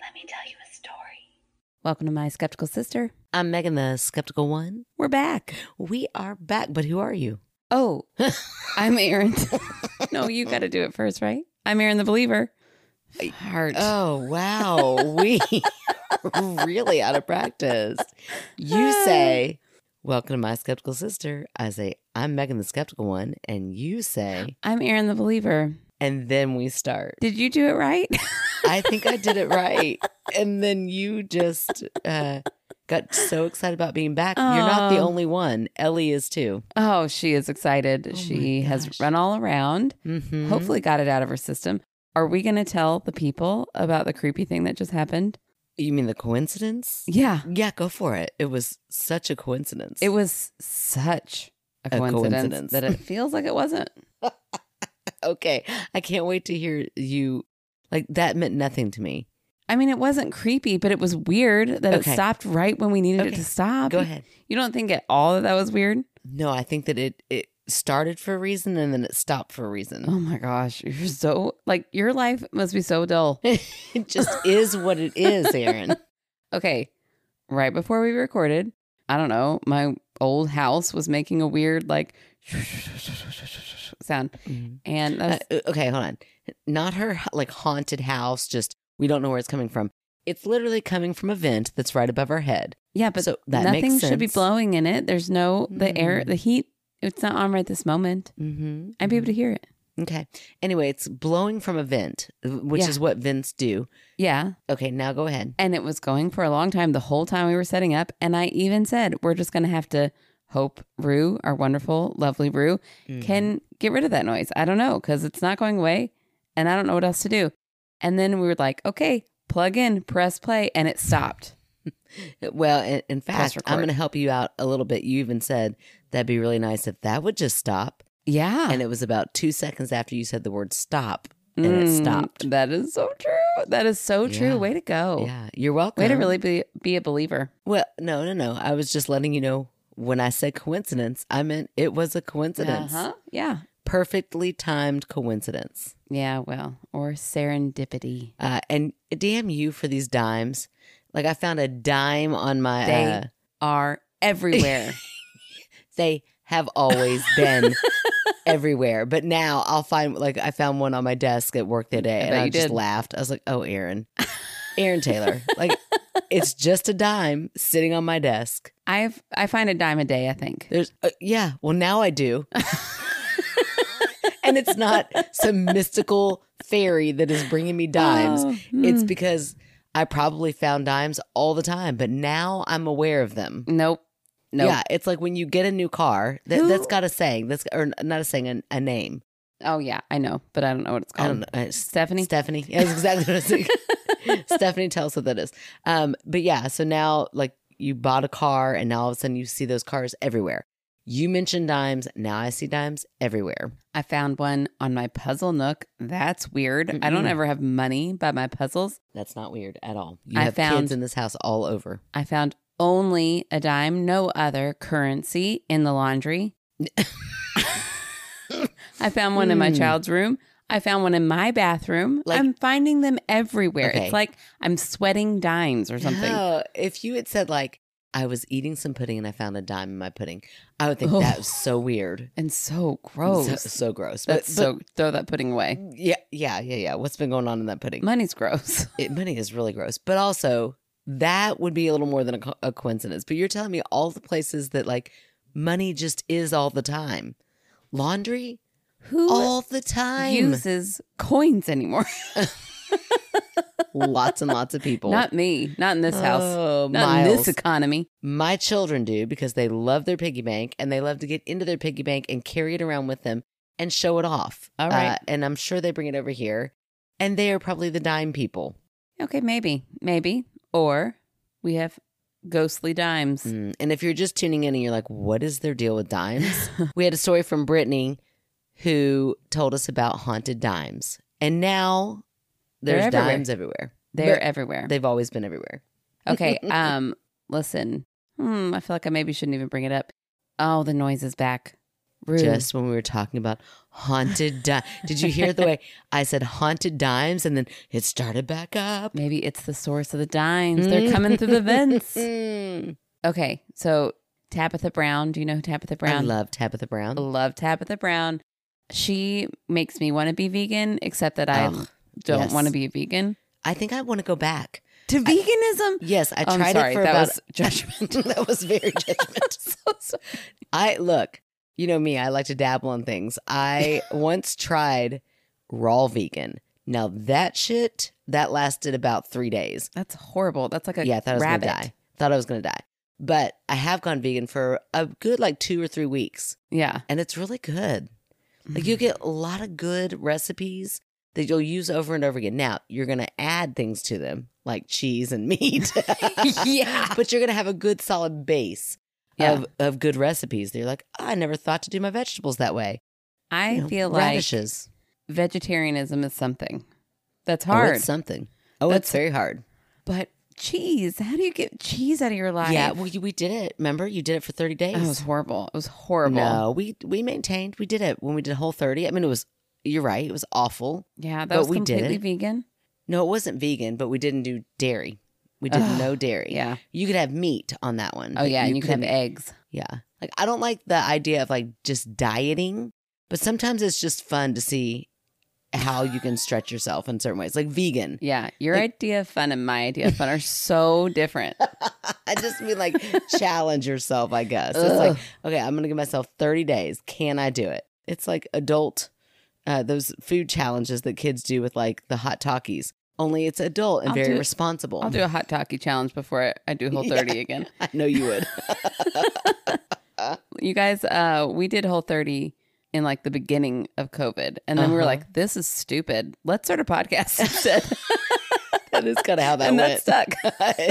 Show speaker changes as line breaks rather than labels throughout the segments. Let me tell you a story.
Welcome to my skeptical sister.
I'm Megan, the skeptical one.
We're back.
We are back, but who are you?
Oh, I'm Aaron. no, you got to do it first, right? I'm Aaron the believer. Heart.
Oh, wow. we are really out of practice. You say, Welcome to my skeptical sister. I say, I'm Megan, the skeptical one. And you say,
I'm Aaron the believer.
and then we start.
Did you do it right?
I think I did it right. And then you just uh, got so excited about being back. You're not the
Oh.
only one. Ellie is too.
oh, she is excited.
Oh
she
my
has
gosh.
run all around.
Mm-hmm.
Hopefully got it out of her system. Are we going to tell the people about the creepy thing that just happened?
You mean the coincidence?
Yeah.
Yeah, go for it. It was such a coincidence.
It was such a
A
coincidence,
coincidence.
that it feels like it wasn't.
okay. I can't wait to hear you. Like that meant nothing to me.
I mean, it wasn't creepy, but it was weird that
Okay.
it stopped right when we needed it
Okay.
to stop.
Go ahead.
You don't think at all that that was weird?
No, I think that it it started for a reason and then it stopped for a
Oh
reason.
my gosh, you're so like your life must be so dull.
It just is what it is, Aaron.
Okay, right before we recorded, I don't know, my old house was making a weird like sound, and
Uh,
that's,
okay, hold on. Not her like haunted house. Just we don't know where it's coming from. It's literally coming from a vent that's right above our head.
yeah, but
so that makes
nothing should be
sense.
blowing in it. There's no the air,
Mm.
the heat. It's not on right this moment.
Mm-hmm.
I'd be able to hear it.
Okay. Anyway, it's blowing from a vent, which
Yeah.
is what vents do.
Yeah,
Okay, now go ahead.
and it was going for a long time the whole time we were setting up. And I even said, "We're just gonna have to." Hope Rue, our wonderful, lovely Rue, can get rid of that noise. I don't know because it's not going away and I don't know what else to do. And then we were like, okay, plug in, press play, and it stopped.
Mm-hmm. Well, in, in fact, I'm
record.
going to help you out a little bit. You even said that'd be really nice if that would just stop.
Yeah.
And it was about two seconds after you said the word stop and it
Mm,
stopped.
That is so true. That is so true.
Yeah.
Way to go.
Yeah, you're welcome.
Way to really be, be Oh. a believer.
Well, no, no, no. I was just letting you know when I said coincidence, I meant it was a coincidence.
Uh-huh. Yeah.
Perfectly timed coincidence.
Yeah. Well, or serendipity.
Uh, and damn you for these dimes. Like I found a dime on my.
They-
uh,
Are everywhere.
they have always been everywhere. But now I'll find like I found one on my desk at work the other day, and
bet
I
you
just
did.
laughed. I was like, "Oh, Aaron, Aaron Taylor, like it's just a dime sitting on my desk."
I've I find a dime a day, I think.
There's uh, yeah. Well, now I do. and it's not some mystical fairy that is bringing me dimes.
Oh,
It's
mm.
because I probably found dimes all the time, but now I'm aware of them.
nope. Nope.
Yeah, it's like when you get a new car, that,
Who-
that's got a saying. That's or not a saying, a, a name.
Oh yeah, I know, but I don't know what it's
I
called.
don't know. Uh,
Stephanie.
Stephanie. Yeah, That's exactly what I was thinking. Stephanie tells what that is. Um, but yeah, so now like you bought a car, and now all of a sudden you see those cars everywhere. You mentioned dimes. Now I see dimes everywhere.
I found one on my puzzle nook. That's weird. I don't
Mm-mm.
ever have money by my puzzles.
That's not weird at all. You
I
have
found-
kids in this house all over.
I found only a dime, no other currency in the laundry. I found one in my
Hmm.
child's room. I found one in my bathroom.
Like-
I'm finding them everywhere.
Okay.
It's like I'm sweating dimes or something.
No, if you had said like I was eating some pudding and I found a dime in my pudding, I would think
Oh.
that was so weird.
And so gross.
So, so gross. But-
That's
but
so throw that pudding away.
Yeah, yeah, yeah, yeah. What's been going on in that pudding?
Money's gross.
It, money is really gross, but also that would be a little more than a, co- a coincidence. But you're telling me all the places that like money just is all the time, laundry
Who
all the time,
uses coins anymore?
lots and lots of people.
Not me. Not in this house.
Oh,
Not in
miles.
this economy.
My children do because they love their piggy bank and they love to get into their piggy bank and carry it around with them and show it off. Uh,
All right.
and I'm sure they bring it over here, and they are probably the dime people.
Okay, maybe, maybe. Or we have ghostly dimes.
Mm, And if you're just tuning in and you're like, what is their deal with dimes? we had a story from Brittany who told us about haunted dimes. And now
They're
there's
everywhere.
dimes everywhere.
They're
But
everywhere.
They've always been everywhere.
okay, um, listen. Hmm, I feel like I maybe shouldn't even bring it up. Oh, the noise is back. Rue.
just when we were talking about haunted dimes. Did you hear the way I said haunted dimes and then it started back up?
Maybe it's the source of the dimes. They're coming through the vents.
Mm.
Okay, so Tabitha Brown. Do you know who Tabitha
I
Brown?
love Tabitha Brown.
love Tabitha Brown. She makes me want to be vegan, except that I
Ugh,
don't
yes.
want to be a vegan.
I think I want to go back.
To veganism.
Yes, I
Oh, I'm
tried
sorry,
it for
that
about.
was judgment.
that was very judgmental. I look, you know me, I like to dabble in things. I once tried raw vegan. Now that shit, that lasted about three days.
That's horrible. That's like a
yeah, I thought I was
rabbit.
gonna die. Thought I was gonna die. But I have gone vegan for a good like two or three weeks,
Yeah.
and it's really good. Like you get a lot of good recipes that you'll use over and over again. Now you're gonna add things to them, like cheese and meat.
yeah.
but you're gonna have a good solid base
Yeah.
of, of good recipes. They're like, "Oh, I never thought to do my vegetables that way.
I
You know,
feel
radishes.
like vegetarianism is something that's
Oh,
hard.
it's something. Oh,
That's-
it's very hard.
but cheese, how do you get cheese out of your life?
Yeah, well, you, we did it. Remember, you did it for thirty days.
That was horrible. It was horrible.
No, we we maintained. We did it when we did whole thirty. I mean, it was. You're right. It was awful.
Yeah, that
But
was
we did
completely
it.
vegan.
No, it wasn't vegan, but we didn't do dairy. We did
Ugh,
no dairy.
Yeah.
You could have meat on that one.
Oh
but
yeah, and you could have
couldn't-
eggs.
Yeah. Like I don't like the idea of like just dieting, but sometimes it's just fun to see how you can stretch yourself in certain ways. Like vegan.
Yeah, your
Like-
idea of fun and my idea of fun are so different.
I just mean like challenge yourself, I guess. It's like,
Ugh.
okay, I'm gonna give myself 30 days. Can I do it? It's like adult uh those food challenges that kids do with like the hot talkies. Only it's adult and
I'll
very
do-
responsible.
I'll do a hot talkie challenge before I- I do Whole 30 again.
I know you would.
You guys, uh, we did Whole 30 in like the beginning of COVID, and then we were
Uh-huh.
like, "This is stupid. Let's start a podcast instead."
that is kind of how that
and that
went.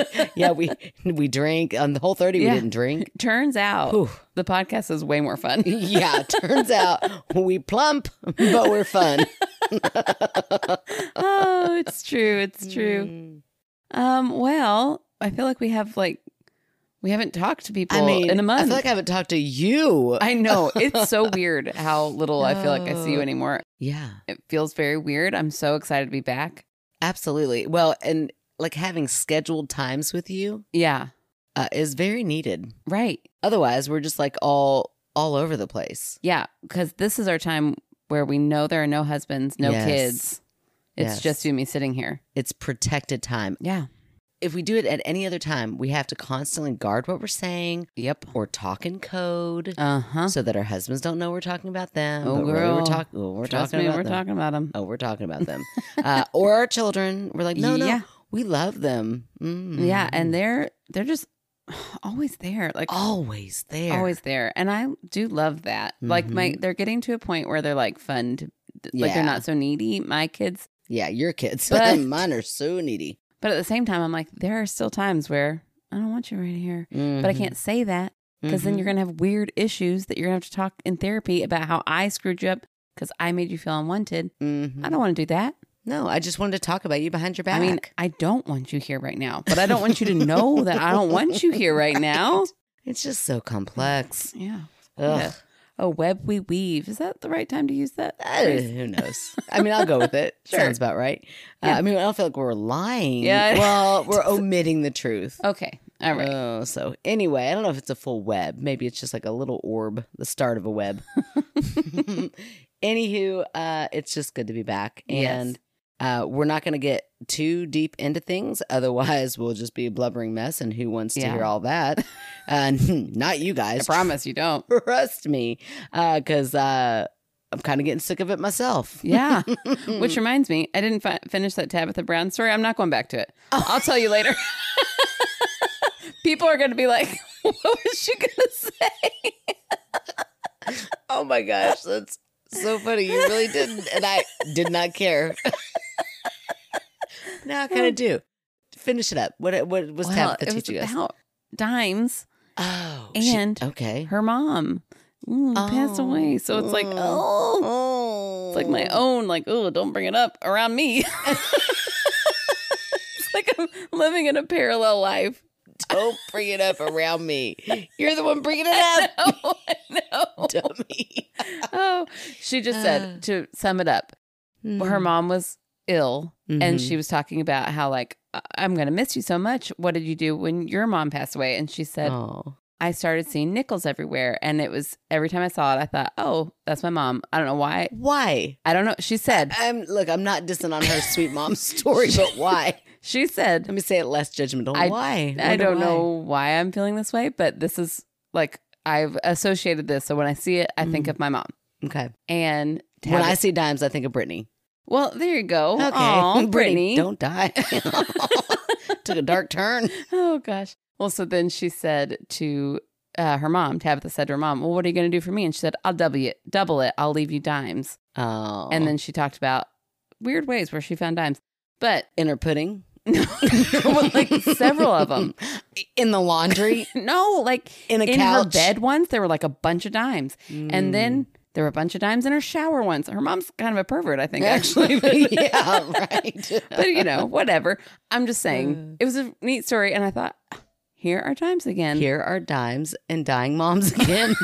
stuck.
yeah, we we drink on the whole 30
Yeah.
we didn't drink.
Turns out
Whew.
the podcast is way more fun.
yeah, turns out we plump, but we're fun.
oh, it's true. It's true.
Mm.
Um, well, I feel like we have like we haven't talked to people
I mean,
in a month.
I feel like I haven't talked to you.
I know. It's so weird how little I feel like I see you
Oh.
anymore.
yeah,
It feels very weird. I'm so excited to be back.
absolutely. Well, and like having scheduled times with you
Yeah.
uh, is very needed.
Right.
Otherwise, we're just like all all over the place.
Yeah. Because this is our time where we know there are no husbands, no
Yes.
kids. It's
Yes.
just you and me sitting here.
It's protected time.
Yeah.
If we do it at any other time, we have to constantly guard what we're saying
Yep.
or talk in code
Uh huh.
so that our husbands don't know we're talking about them.
Oh,
but really we're
girl.
talking. Oh, we're
Trust
talking
me,
about
we're
them.
talking about them.
Oh, we're talking about them. uh, or our children. We're like, no, no,
Yeah.
we love them. Mm.
Yeah. And they're they're just always there. Like
always there. Mm-hmm.
always there and i do love that like my they're getting to a point where they're like fun to like
Yeah.
they're not so needy my kids
Yeah, your kids.
But-
Mine are so needy.
but at the same time i'm like there are still times where i don't want you right here but
Mm-hmm.
i can't say that because then you're gonna have weird issues that you're gonna have to talk in therapy about how i screwed you up because i made you feel unwanted
Mm-hmm.
i don't want to do that
No, I just wanted to talk about you behind your back.
Mm-hmm. i mean i don't want you here right now but i don't want you to know that i don't want you here right now
it's just so complex.
yeah
Ugh.
a web we weave is that the right time to use that
Uh, who knows? I mean, I'll go with it.
Sure.
Sounds about right. Uh,
Yeah.
I mean, I don't feel like we're lying.
Yeah.
Well, we're omitting the truth.
okay all right
Oh, so anyway, I don't know if it's a full web. Maybe it's just like a little orb, the start of a web. Anywho, uh, it's just good to be back. And uh, we're not going to get too deep into things. Otherwise, we'll just be a blubbering mess. And who wants to
Yeah.
hear all that? uh, not you
I
guys.
promise you don't.
Trust me. Because uh, I'm kind of getting sick of it myself.
Yeah. Which reminds me, I didn't fi- finish that Tabitha Brown story. I'm not going back to it. I'll tell you later. People are going to be like, what was she going to say?
Oh my gosh, that's so funny. You really didn't, and I did not care. now I kind of do. Finish it up. What what was
Well,
Tabitha
it was
teaching us?
about Dimes,
Oh,
and
okay.
her mom, mm, passed
Oh.
away. So it's like,
Mm.
oh,
Oh,
it's like my own, like, oh, don't bring it up around me. it's like I'm living in a parallel life.
Don't bring it up around me. You're the one bringing it up.
Oh, I know.
dummy.
oh, she just
Uh.
said to sum it up, her
Mm-hmm.
mom was ill and she was talking about how like "I- I'm going to miss you so much. What did you do when your mom passed away? And she said,
Oh.
I started seeing nickels everywhere and it was every time I saw it I thought, "Oh, that's my mom." I don't know why.
Why?
I don't know. She said,
I'm look. I'm not dissing on her sweet mom's story, but why?
she
Let
said,
me say it less judgmental.
I-
why?
I
Wonder
don't
why.
know why I'm feeling this way, but this is like I've associated this. So when I see it, I think of my mom.
Okay.
And
Mm. when
Tabitha-
I see dimes, I think of Brittany.
Well, there you go.
Okay,
Aw,
Brittany,
Brittany.
don't die. Took a dark turn.
Oh gosh. Well, so then she said to uh, her mom, Tabitha said to her mom, "Well, what are you going to do for me?" And she said, "I'll double it, double it. I'll leave you dimes."
Oh,
And then she talked about weird ways where she found dimes, but
inner pudding.
well, like several of them.
in the laundry,
No, like
in a
in
couch.
her bed once there were like a bunch of dimes,
Mm.
and then there were a bunch of dimes in her shower once. Her mom's kind of a pervert, I think, actually.
yeah, right.
but you know, whatever. I'm just
Uh.
saying, it was a neat story, and I thought, here are dimes again.
Here are dimes and dying moms again.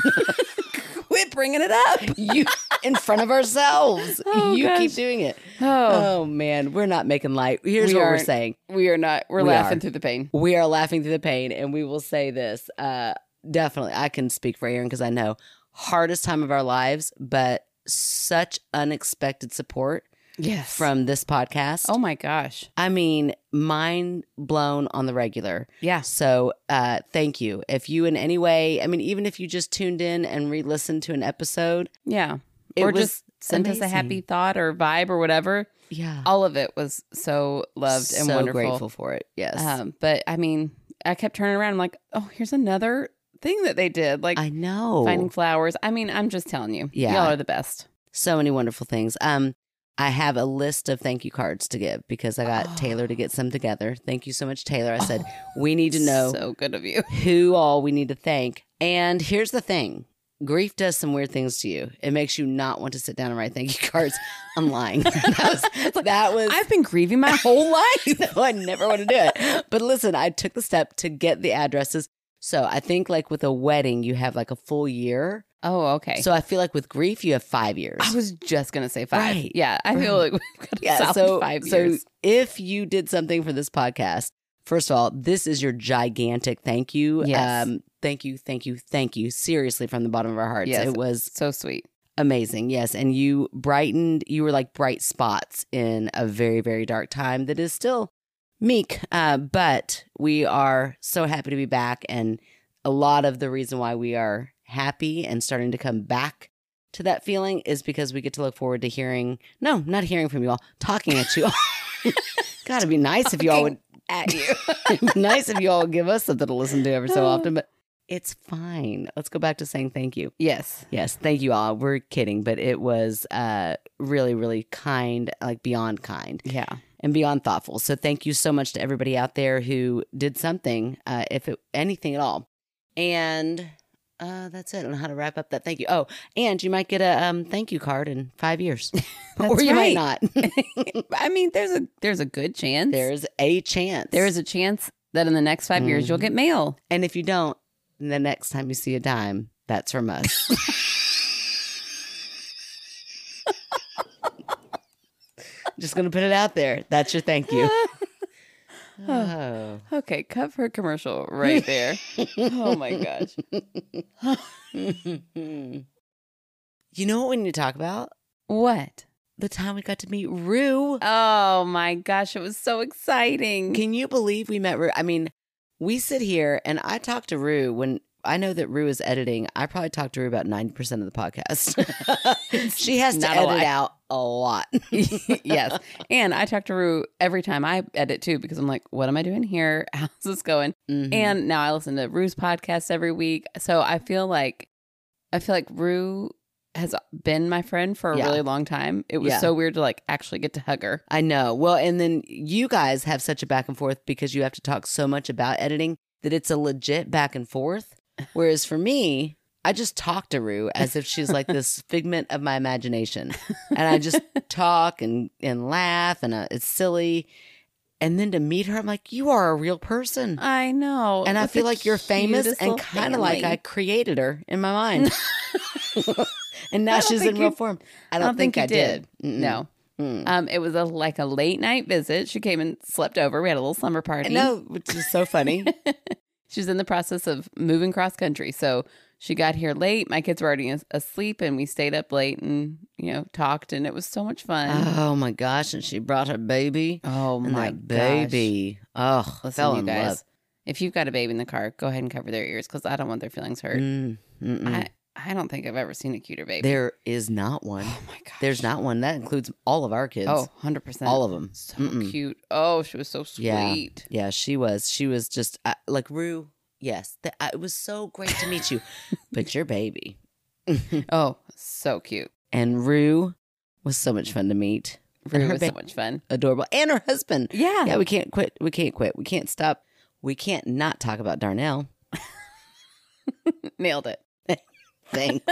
Quit bringing it up.
you in front of ourselves.
Oh,
you
gosh.
keep doing it.
Oh,
Oh man, we're not making light. Here's
We
what we're
aren't.
saying.
we are not. We're
We
laughing
are.
through the pain.
We are laughing through the pain, and we will say this. Uh, definitely, I can speak for Aaron because I know hardest time of our lives, but such unexpected support
Yes. From
from this podcast.
oh my gosh.
I mean, mind blown on the regular.
Yeah.
So, uh, thank you. If you in any way, I mean, even if you just tuned in and re listened to an episode,
Yeah.
it
or
was
just sent us a happy
amazing.
thought or vibe or whatever.
yeah,
All of it was so loved and
so
wonderful.
grateful for it. Yes,
Um, but I mean, I kept turning around. I'm like, oh, here's another thing that they did, like
I know.
finding flowers. I mean, I'm just telling you,
Yeah.
y'all are the best.
so many wonderful things. Um, I have a list of thank you cards to give because I got
Oh.
Taylor to get some together. Thank you so much, Taylor. I said we need to know
so good of you.
who all we need to thank. And here's the thing grief does some weird things to you. It makes you not want to sit down and write thank you cards. I'm lying. that was, that was
I've been grieving my whole life.
no, I never want to do it. But listen, I took the step to get the addresses. So I think like with a wedding, you have like a full year.
Oh, okay.
So I feel like with grief, you have five years.
I was just gonna say five.
Right.
Yeah, I feel like
Right.
we've got a solid five years.
So if you did something for this podcast, first of all, this is your gigantic thank you. Um,
Yes.
thank you, thank you, thank you. Seriously, from the bottom of our hearts.
Yes.
It was
So sweet.
amazing. Yes. And you brightened, you were like bright spots in a very, very dark time that is still meek. Uh, but we are so happy to be back. And a lot of the reason why we are happy and starting to come back to that feeling is because we get to look forward to hearing, no, not hearing from you all, talking at you all. Gotta be nice if you all would
At you.
It'd be nice if you all give us something to listen to every so often, but it's fine. Let's go back to saying thank you.
yes.
Yes, thank you all. We're kidding, but it was uh, really, really kind, like beyond kind
Yeah.
and beyond thoughtful. So thank you so much to everybody out there who did something, uh, if it, anything at all. And uh, that's it. I don't know how to wrap up that thank you. Oh, and you might get a um, thank you card in five years, or
That's
you
right.
might not.
I mean, there's a there's a good chance.
There's a chance.
there is a chance that in the next 5 years
Mm.
you'll get mail.
And if you don't, the next time you see a dime, that's from us. Just gonna put it out there. That's your thank you. Oh.
Okay, cut for a commercial right there. oh my gosh.
you know what we need to talk about?
What?
The time we got to meet Rue.
Oh my gosh, it was so exciting.
Can you believe we met Rue? I mean, we sit here and I talk to Rue when I know that Rue is editing. I probably talk to Rue about 90% of the podcast. she has to
Not a
edit
lot.
out a lot.
yes. And I talk to Rue every time I edit too because I'm like, what am I doing here? How's this going?
Mhm.
And now I listen to Rue's podcast every week. So I feel like I feel like Rue has been my friend for a
Yeah.
really long time. It was
Yeah.
so weird to like actually get to hug her.
I know. Well, and then you guys have such a back and forth because you have to talk so much about editing that it's a legit back and forth. Whereas for me, I just talk to Rue as if she's like this figment of my imagination. And I just talk and, and laugh and uh, it's silly. And then to meet her, I'm like, you are a real
Oh,
person.
I know.
And I feel like you're famous and kind of like I created her in my mind. and now
I don't
she's in
think you-
real form. I don't, think, I
you
did. Mm-mm.
No.
Mm.
Um, it was a like a late night visit. She came and slept over. We had a little summer
I
party.
know, which is so funny.
She was in the process of moving cross country, so she got here late. My kids were already as- asleep, and we stayed up late and you know talked, and it was so much fun.
oh my gosh! And she brought her baby.
oh
and
my
that
baby!
baby. Oh,
Listen,
fell
you
in
guys,
love.
if you've got a baby in the car, go ahead and cover their ears because I don't want their feelings hurt.
Mm, mm-mm.
I I don't think I've ever seen a cuter baby.
there is not one.
oh my god,
There's not one. That includes all of our kids.
Oh, 100 percent.
all of them.
so
Mm-mm.
cute. Oh, she was so
Yeah.
sweet.
Yeah, she was. She was just I like Rue. Yes, th- I- it was so great to meet you, but your baby
Oh, so cute.
and Rue was so much fun to meet. And
Rue
her
was
ba-
so much fun.
Adorable, and her husband.
Yeah.
Yeah, we can't quit. We can't quit. We can't stop. We can't not talk about Darnell.
Nailed it.
Thanks.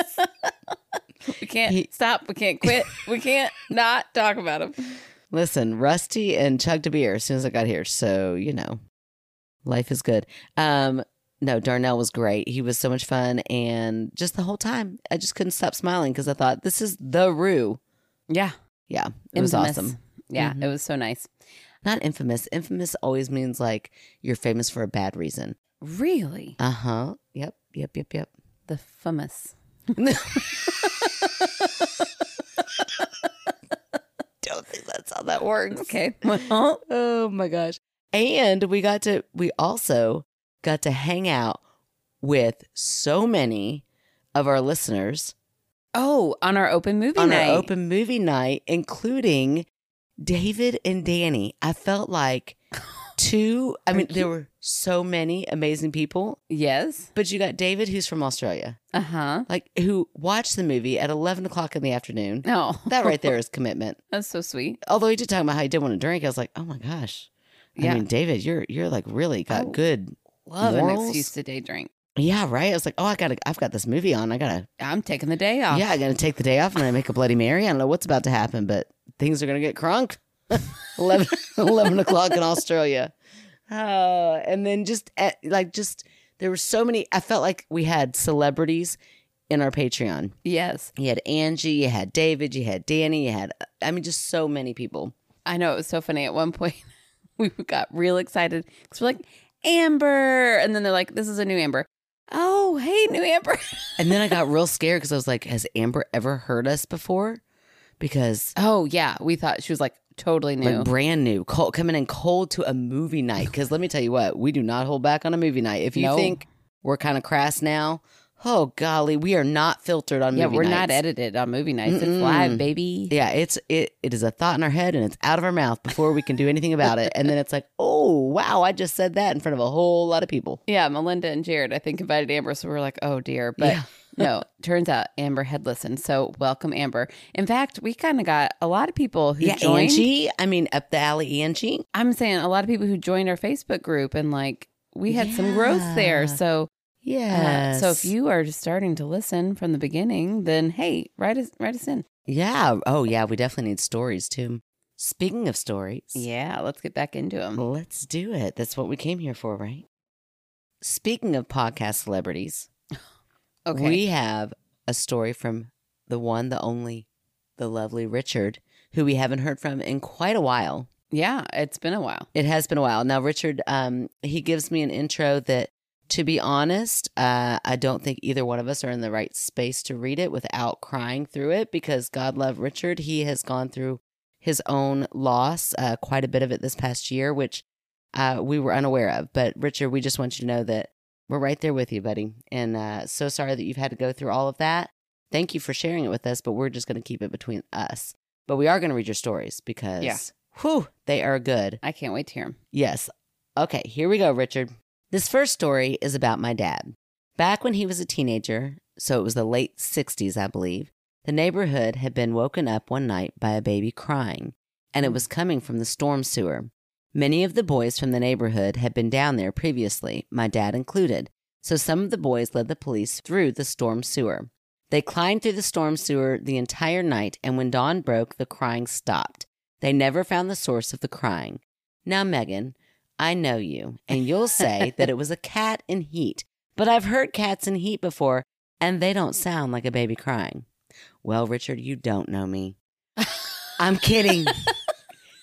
We can't
He-
stop. We can't quit. we can't not talk about him.
Listen, Rusty and chugged a beer as soon as I got here. So, you know, life is good. Um, no, Darnell was great. He was so much fun. And just the whole time, I just couldn't stop smiling because I thought, this is the Rue.
Yeah.
Yeah, it was
Infamous.
awesome.
Yeah.
Mhm.
It was so nice.
Not infamous. Infamous always means like you're famous for a bad reason.
Really?
Uh huh. Yep, yep, yep, yep.
The famous.
Don't think that's how that works.
Okay. Well,
Oh my gosh. And we got to, we also got to hang out with so many of our listeners
oh, on our open movie
on
night.
our open movie night, including David and Danny. I felt like two, I mean,
Aren't
there
you-
were so many amazing people,
yes.
but you got David, who's from Australia,
Uh huh.
like who watched the movie at 11 o'clock in the afternoon.
Oh,
That right there is commitment.
That's so sweet.
Although he did talk about how he didn't want to drink, I was like, oh my gosh.
Yeah.
I mean, David, you're you're like really got
Oh.
good
Love an
morals?
excuse to day drink.
Yeah, right. I was like, oh, I gotta, I've got this movie on. I gotta,
I'm taking the day off.
yeah, I gotta take the day off and I make a Bloody Mary. I don't know what's about to happen, but things are gonna get crunk. 11, 11 o'clock in Australia. Oh, and then just eh, like, just there were so many. I felt like we had celebrities in our Patreon.
Yes.
You had Angie, you had David, you had Danny, you had, I mean, just so many people.
I know it was so funny. At one point, we got real excited because we're like, Amber. And then they're like, this is a new Amber. Oh, hey, new Amber.
And then I got real scared because I was like, has Amber ever heard us before? Because
Oh, yeah. We thought she was like totally new.
like brand new, cold, coming in cold to a movie night. Because let me tell you what, we do not hold back on a movie night. If you
No.
think we're kind of crass now, oh golly, we are not filtered on
yeah,
movie
we're
nights.
not edited on movie nights.
Mm-mm.
It's live, baby.
Yeah, it's it it is a thought in our head and it's out of our mouth before we can do anything about it. And then it's like, oh wow, I just said that in front of a whole lot of people.
Yeah, Melinda and Jared, I think, invited Amber. So we were like, oh dear. But
Yeah.
no, turns out Amber had listened. So welcome, Amber. In fact, we kind of got a lot of people who
Yeah,
joined.
Angie. I mean, up the alley, Angie.
I'm saying a lot of people who joined our Facebook group and like we had some growth there.
Yeah.
So
Yeah.
Uh, so if you are just starting to listen from the beginning, then hey, write us write us in.
yeah, oh yeah, we definitely need stories too. Speaking of stories,
Yeah, let's get back into them.
Let's do it. That's what we came here for, right? Speaking of podcast celebrities,
Okay.
we have a story from the one, the only, the lovely Richard, who we haven't heard from in quite a while.
yeah, it's been a while.
It has been a while. Now, Richard, um, he gives me an intro that, to be honest, uh, I don't think either one of us are in the right space to read it without crying through it because God love Richard. He has gone through his own loss, uh, quite a bit of it this past year, which uh, we were unaware of. But, Richard, we just want you to know that we're right there with you, buddy. And uh, so sorry that you've had to go through all of that. Thank you for sharing it with us, but we're just going to keep it between us. But we are going to read your stories because,
Yeah.
whew, they are good.
I can't wait to hear 'em.
Yes. Okay, here we go, Richard. This first story is about my dad. Back when he was a teenager, so it was the late 60s, I believe, the neighborhood had been woken up one night by a baby crying, and it was coming from the storm sewer. Many of the boys from the neighborhood had been down there previously, my dad included, so some of the boys led the police through the storm sewer. They climbed through the storm sewer the entire night, and when dawn broke, the crying stopped. They never found the source of the crying. Now, Megan, I know you, and you'll say that it was a cat in heat, but I've heard cats in heat before, and they don't sound like a baby crying. Well, Richard, you don't know me. I'm kidding.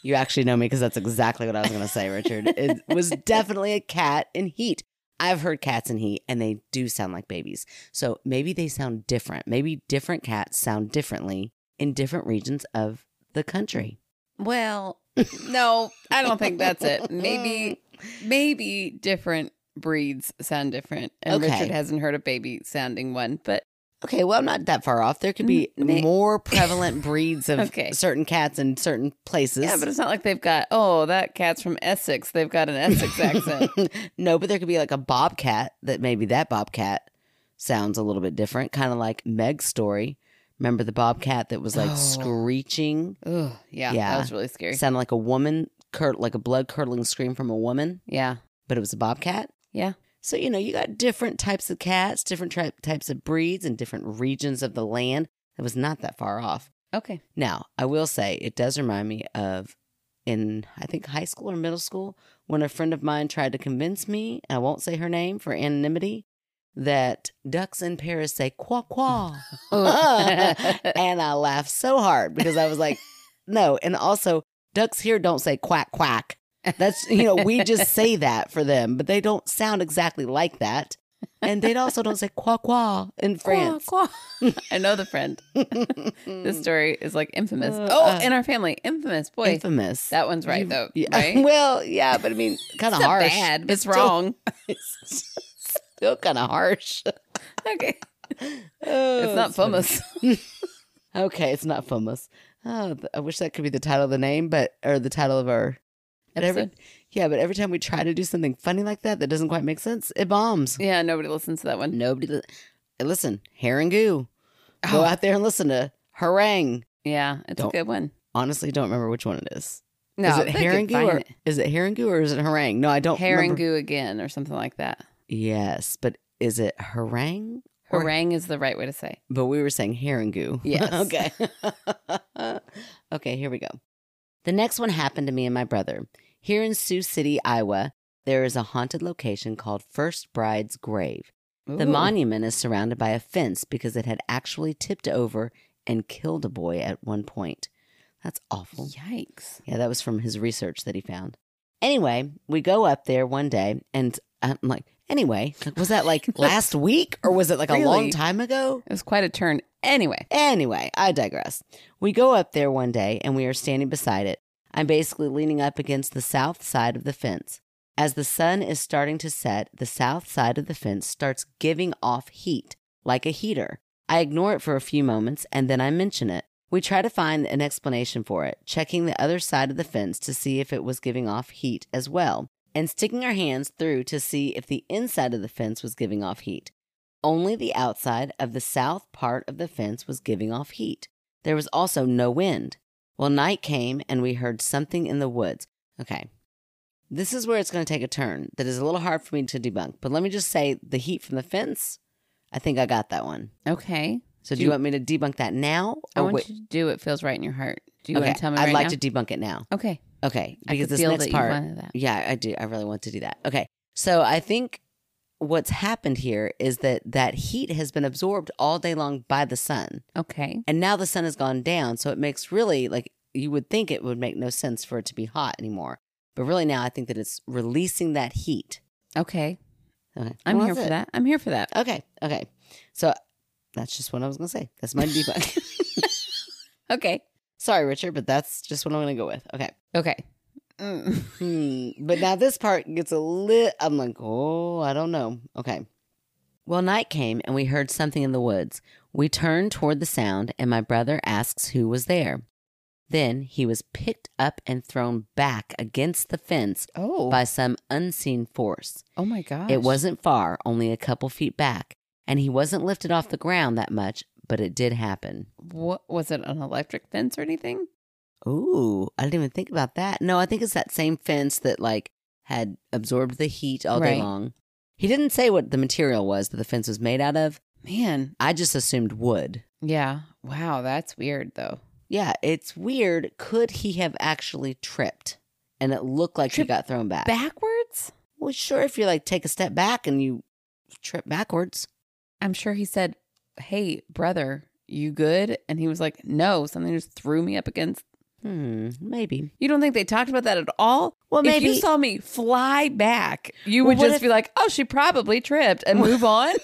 you actually know me because that's exactly what I was going to say, Richard. It was definitely a cat in heat. I've heard cats in heat and they do sound like babies. So maybe they sound different. Maybe different cats sound differently in different regions of the country.
Well, no, I don't think that's it. Maybe, maybe different breeds sound different, and
Okay.
Richard hasn't heard a baby sounding one. But
Okay, well, I'm not that far off. There could be
Mm, may-
more prevalent breeds of
Okay.
certain cats in certain places.
yeah, but it's not like they've got oh that cat's from Essex. They've got an Essex accent.
no, but there could be like a bobcat that maybe that bobcat sounds a little bit different, kind of like Meg's story. Remember the bobcat that was like
Oh.
screeching,
Ugh, yeah,
Yeah.
that was really scary.
sounded like a woman, cur- like a blood curdling scream from a woman,
yeah,
but it was a bobcat.
yeah.
So you know, you got different types of cats, different tri- types of breeds, and different regions of the land. It was not that far off.
Okay.
Now, I will say it does remind me of in I think high school or middle school when a friend of mine tried to convince me, I won't say her name for anonymity, that ducks in Paris say qua qua. and I laughed so hard because I was like, no, and also ducks here don't say quack quack. That's you know, we just say that for them, but they don't sound exactly like that. And they also don't say qua qua in France.
Quack, quack. I know the friend. This story is like infamous.
Uh,
oh,
uh,
in our family, infamous boy.
infamous.
That one's right
You-
though.
Yeah.
Right?
well, yeah, but I mean, kind of
not
harsh.
bad. but It's
still-
wrong.
It's still kind of harsh.
okay.
Oh,
It's not
that's funny.
FOMOS.
Okay, it's not FOMOS. Oh, th- I wish that could be the title of the name, but or the title of our but every-
Episode.
yeah, but every time we try to do something funny like that that doesn't quite make sense, it bombs.
Yeah, nobody listens to that one.
Nobody li- listen. Hair and goo. Go
Oh.
out there and listen to harangue.
Yeah, it's
Don't-
a good one.
Honestly, don't remember which one it is.
No,
is
they
it
could
hair and goo
find
or
it.
is it hair and goo or is it harangue? No, I don't.
hair and
remember.
goo again or something like that?
Yes, but is it harangue Or-
Harangue is the right way to say.
But we were saying hair and goo.
Yes.
okay. okay, here we go. The next one happened to me and my brother. Here in Sioux City, Iowa, there is a haunted location called First Bride's Grave. The
Ooh.
monument is surrounded by a fence because it had actually tipped over and killed a boy at one point. That's awful.
Yikes.
Yeah, that was from his research that he found. Anyway, we go up there one day, and I'm like, anyway, like, was that like last week or was it like a long
Really?
time ago?
It was quite a turn. Anyway.
Anyway, I digress. We go up there one day and we are standing beside it. I'm basically leaning up against the south side of the fence. As the sun is starting to set, the south side of the fence starts giving off heat, like a heater. I ignore it for a few moments and then I mention it. We try to find an explanation for it, checking the other side of the fence to see if it was giving off heat as well, and sticking our hands through to see if the inside of the fence was giving off heat. Only the outside of the south part of the fence was giving off heat. There was also no wind. Well, night came and we heard something in the woods. Okay. This is where it's going to take a turn that is a little hard for me to debunk, but let me just say the heat from the fence, I think I got that one.
Okay.
So do,
Do
you
you-
want me to debunk that now?
I want
Oh, wait-
you to do what feels right in your heart. Do you
okay,
want to tell me
I'd
right
like
now?
to debunk it now.
okay.
Okay,
I
because
could
this
feel
next
that
part
You wanted that.
yeah, I do. I really want to do that. Okay. So I think what's happened here is that that heat has been absorbed all day long by the sun.
Okay.
And now the sun has gone down. So it makes really like you would think it would make no sense for it to be hot anymore. But really now I think that it's releasing that heat.
Okay.
Okay.
I'm
Well,
here for
that's it.
that. I'm here for that.
Okay. Okay. So that's just what I was going to say. That's my debunk.
Okay.
Sorry, Richard, but that's just what I'm going to go with. Okay.
Okay. Mm.
Hmm. But now this part gets a lit. I'm like, oh, I don't know. Okay. Well, night came and we heard something in the woods. We turned toward the sound, and my brother asks who was there. Then he was picked up and thrown back against the fence
Oh.
by some unseen force.
oh my gosh.
It wasn't far, only a couple feet back, and he wasn't lifted off the ground that much, but it did happen.
What was it? An electric fence or anything?
Ooh, I didn't even think about that. No, I think it's that same fence that like had absorbed the heat all day
Right.
long. He didn't say what the material was that the fence was made out of.
Man.
I just assumed wood.
Yeah. Wow. That's weird though.
Yeah, it's weird. Could he have actually tripped? And it looked like
Tripped
he got thrown back.
Backwards.
Well, sure, if you like take a step back and you trip backwards.
I'm sure he said hey, brother, you good? And he was like, no, something just threw me up against.
Hmm, maybe.
You don't think they talked about that at all?
Well,
If
maybe.
you saw me fly back, you would
Well, what
just
if-
be like, oh, she probably tripped and move on.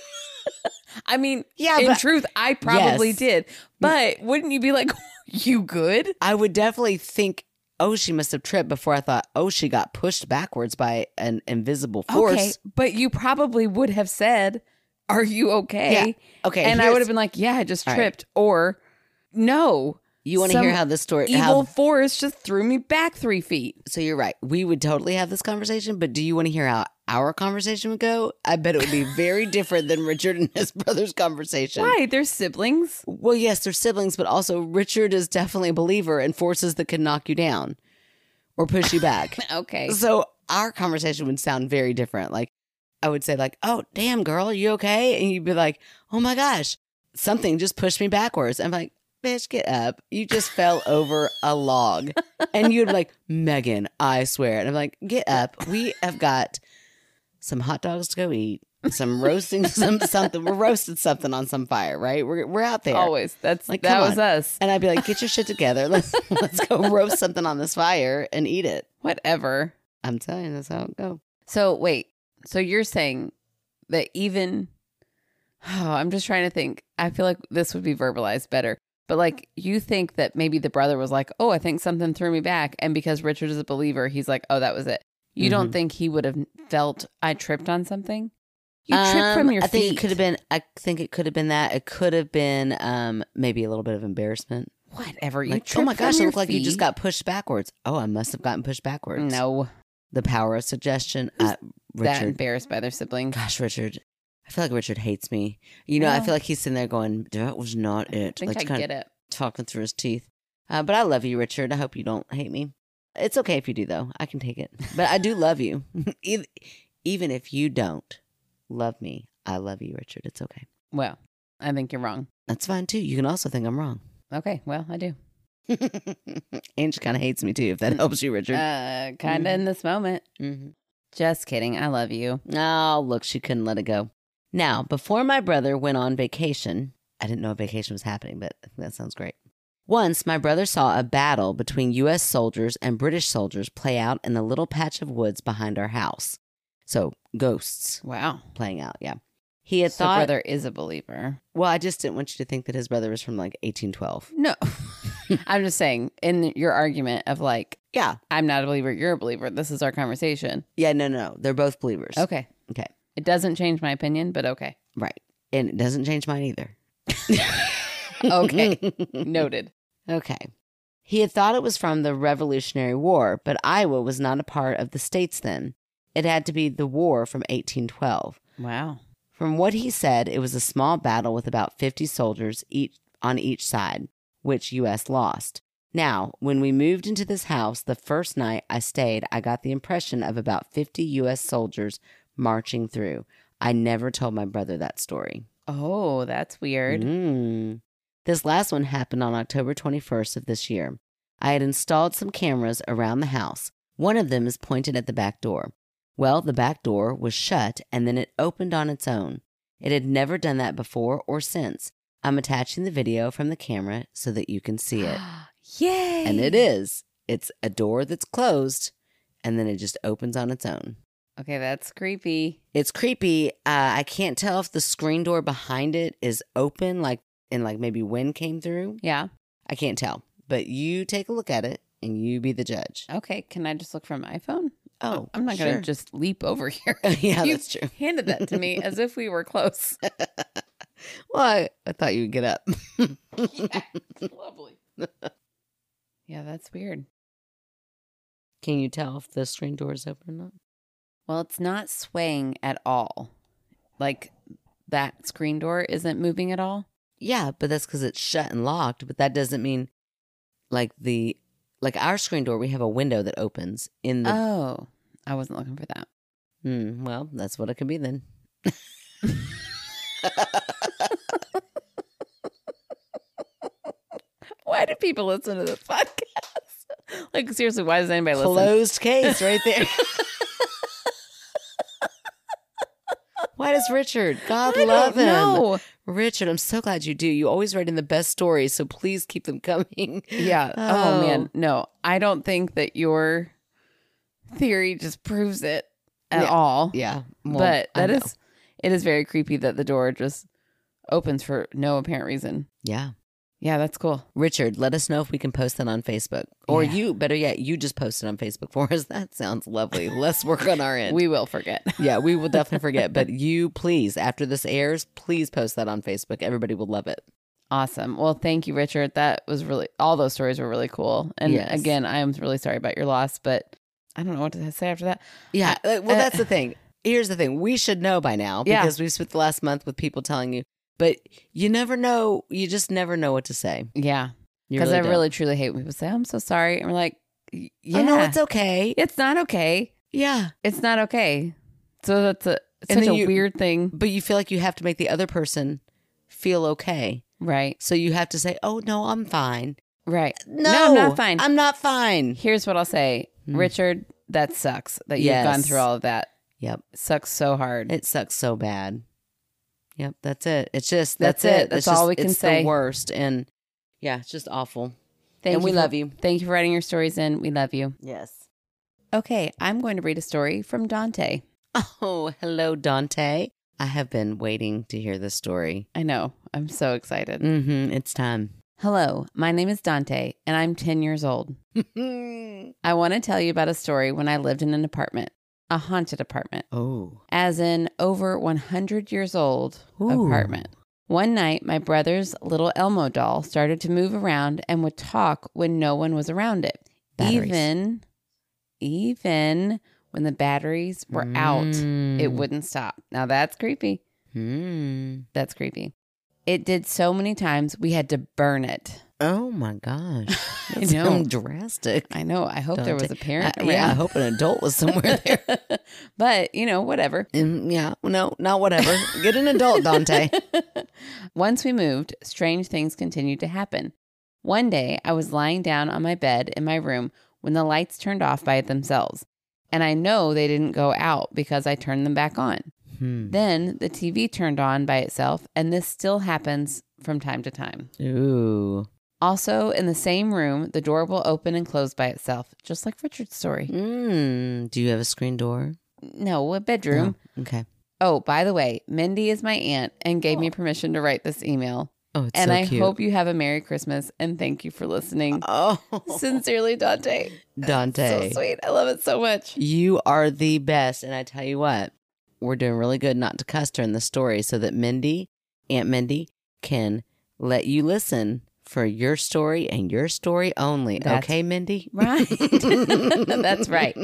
I mean,
Yeah,
in
Uh, but-
truth, I probably
Yes. Mm.
did. But wouldn't you be like, you good?
I would definitely think, oh, she must have tripped before I thought, oh, she got pushed backwards by an invisible force.
Okay. But you probably would have said, are you okay?
Yeah. Okay.
and I
here's-
would have been like, yeah, I just
All right.
tripped. Or no,
You want to hear
some
how this story?
evil
How,
force just threw me back three feet.
so you're right. We would totally have this conversation, but do you want to hear how our conversation would go? I bet it would be very different than Richard and his brother's conversation.
Why? They're siblings.
Well, yes, they're siblings, but also Richard is definitely a believer in forces that can knock you down or push you back.
Okay.
so our conversation would sound very different. Like I would say, like, "Oh, damn, girl, you okay?" And you'd be like, "Oh my gosh, something just pushed me backwards." I'm like, "Bitch, get up! You just fell over a log." And you'd be like, "Megan, I swear." And I'm like, "Get up! We have got some hot dogs to go eat." Some roasting, some something. We're roasted something on some fire, right? We're we're out there.
Always. That's
Like,
that
come
was
on.
us.
And I'd be like, get your shit together. Let's let's go roast something on this fire and eat it.
Whatever.
I'm telling you, that's how it go.
So wait. So you're saying that even oh, I'm just trying to think. I feel like this would be verbalized better. But like you think that maybe the brother was like, "Oh, I think something threw me back," and because Richard is a believer, he's like, "Oh, that was it." You
Mm-hmm.
don't think he would have felt I tripped on something? You tripped from
Um,
your
I
feet.
think it could have been. I think it could have been that. It could have been um, maybe a little bit of emembarrassment.
whatever. You
Like,
tripped
oh my
from
gosh, it
your
looked like you just
feet."
got pushed backwards. Oh, I must have gotten pushed backwards.
no
the power of suggestion.
Who's
Uh,
that
Richard,
embarrassed by their sibling.
gosh, Richard. I feel like Richard hates me. You know, I
Well.
feel like he's sitting there going, "That was not
I
it."
think
like
I
kinda
get it.
talking through his teeth. Uh, but I love you, Richard. I hope you don't hate me. It's okay if you do, though. I can take it. But I do love you, even, even if you don't love me. I love you, Richard. It's okay.
Well, I think you're wrong.
That's fine too. You can also think I'm wrong.
Okay, well, I do.
and she kind of hates me too, if that helps you, Richard.
Uh, kind of in this moment.
hmm
Just kidding. I love you.
Oh, look, she couldn't let it go. Now, before my brother went on vacation, I didn't know a vacation was happening, but I think that sounds great. Once, my brother saw a battle between U.S. soldiers and British soldiers play out in the little patch of woods behind our house. So, ghosts
Wow.
playing out, yeah. He had
So
thought,
brother is a believer.
well, I just didn't want you to think that his brother was from like 1812.
No. I'm just saying, in your argument of like,
Yeah.
I'm not a believer, you're a believer, this is our conversation.
Yeah, no, no. They're both believers.
Okay.
Okay.
It doesn't change my opinion, but okay.
Right. And it doesn't change mine either.
Okay. Noted.
Okay. He had thought it was from the Revolutionary War, but Iowa was not a part of the states then. It had to be the war from 1812.
Wow.
From what he said, it was a small battle with about 50 soldiers each on each side, which US lost. Now, when we moved into this house the first night I stayed, I got the impression of about 50 US soldiers marching through. I never told my brother that story.
Oh, that's weird.
Mm. This last one happened on October 21st of this year. I had installed some cameras around the house. One of them is pointed at the back door. Well, the back door was shut and then it opened on its own. It had never done that before or since. I'm attaching the video from the camera so that you can see it.
Yay.
And it is. It's a door that's closed and then it just opens on its own.
Okay, that's creepy.
It's creepy. Uh, I can't tell if the screen door behind it is open, like, and like maybe wind came through.
Yeah.
I can't tell, but you take a look at it and you be the judge.
Okay. Can I just look from my phone?
Oh,
I'm not
sure.
going to just leap over here.
yeah,
You
that's true.
handed that to me as if we were close.
Well, I, I thought you would get up.
Lovely. Yeah, that's weird.
Can you tell if the screen door is open or not?
Well, it's not swaying at all. Like that screen door isn't moving at all.
Yeah, but that's because it's shut and locked. But that doesn't mean, like the, like our screen door, we have a window that opens in the.
Oh, I wasn't looking for that.
Hmm, well, that's what it could be then.
Why do people listen to this podcast? like seriously, why does anybody listen?
Closed case right there. Why is Richard. God
I
love
don't
him.
know.
Richard, I'm so glad you do. You always write in the best stories, so please keep them coming.
Yeah. Oh.
Oh.
man. No, I don't think that your theory just proves it at
Yeah.
all.
Yeah. well,
but
I
that
know.
is it is very creepy that the door just opens for no apparent reason.
Yeah.
Yeah, that's cool.
Richard, let us know if we can post that on Facebook. Or
Yeah.
you, better yet, you just post it on Facebook for us. That sounds lovely. Less work on our end.
We will forget.
yeah, we will definitely forget. But you, please, after this airs, please post that on Facebook. Everybody will love it.
Awesome. Well, thank you, Richard. That was really all those stories were really cool. And
Yes.
again, I am really sorry about your loss, but I don't know what to say after that.
Yeah. uh, well,
uh,
that's the thing. Here's the thing. We should know by now
Yeah.
because we've spent the last month with people telling you, but you never know. You just never know what to say.
Yeah,
You
because I
don't.
really truly hate when people say I'm so sorry, and we're like, "Y- yeah,
Oh, no, it's okay.
it's not okay.
Yeah.
It's not okay. So that's a such
And then
a
you-
weird thing,
But you feel like you have to make the other person feel okay.
right?
So you have to say, oh, no, I'm fine.
Right.
No,
I'm not fine.
I'm not fine.
Here's what I'll say,
Hmm.
Richard. That sucks that you've
Yes.
gone through all of that.
Yep.
Sucks so hard.
It sucks so bad. Yep. That's it. It's just, that's,
That's
it.
it. That's
It's just-
all we can
it's
say.
the worst. And yeah, it's just awful.
Thank
and we
for-
love you.
Thank you for writing your stories in. We love you.
Yes.
Okay, I'm going to read a story from Dante.
Oh, hello, Dante. I have been waiting to hear this story.
I know. I'm so excited.
Mm-hmm. It's time.
Hello, my name is Dante, and I'm 10 years old. I want to tell you about a story when I lived in an apartment, a haunted apartment,
oh.
as in over 100 years old
Ooh.
apartment. One night, my brother's little Elmo doll started to move around and would talk when no one was around it,
Batteries.
even even when the batteries were out. It wouldn't stop. Now that's creepy.
Mm.
That's creepy. It did so many times we had to burn it.
Oh my gosh.
I
That's
know.
drastic.
I know. I hope there was a parent
I-
around.
Uh, yeah, I hope an adult was somewhere there.
but you know, whatever.
Mm, yeah, no, not whatever. Get an adult, Dante.
Once we moved, strange things continued to happen. One day, I was lying down on my bed in my room when the lights turned off by themselves. And I know they didn't go out because I turned them back on.
Hmm.
Then the TV turned on by itself, and this still happens from time to time.
Ooh.
Also, in the same room, the door will open and close by itself, just like Richard's story. Hmm.
Mm. Do you have a screen door?
No, a bedroom.
No. Okay.
Oh, by the way, Mindy is my aunt and gave me permission to write this email.
Oh, it's
and
Oh. so
I
cute.
hope you have a Merry Christmas and thank you for listening.
oh,
Sincerely, Dante. So
Dante,
sweet. I love it so much.
you are the best. And I tell you what, we're doing really good not to cuss during the story, so that Mindy, Aunt Mindy, can let you listen for your story and your story only.
That's
okay, Mindy.
Right. That's right.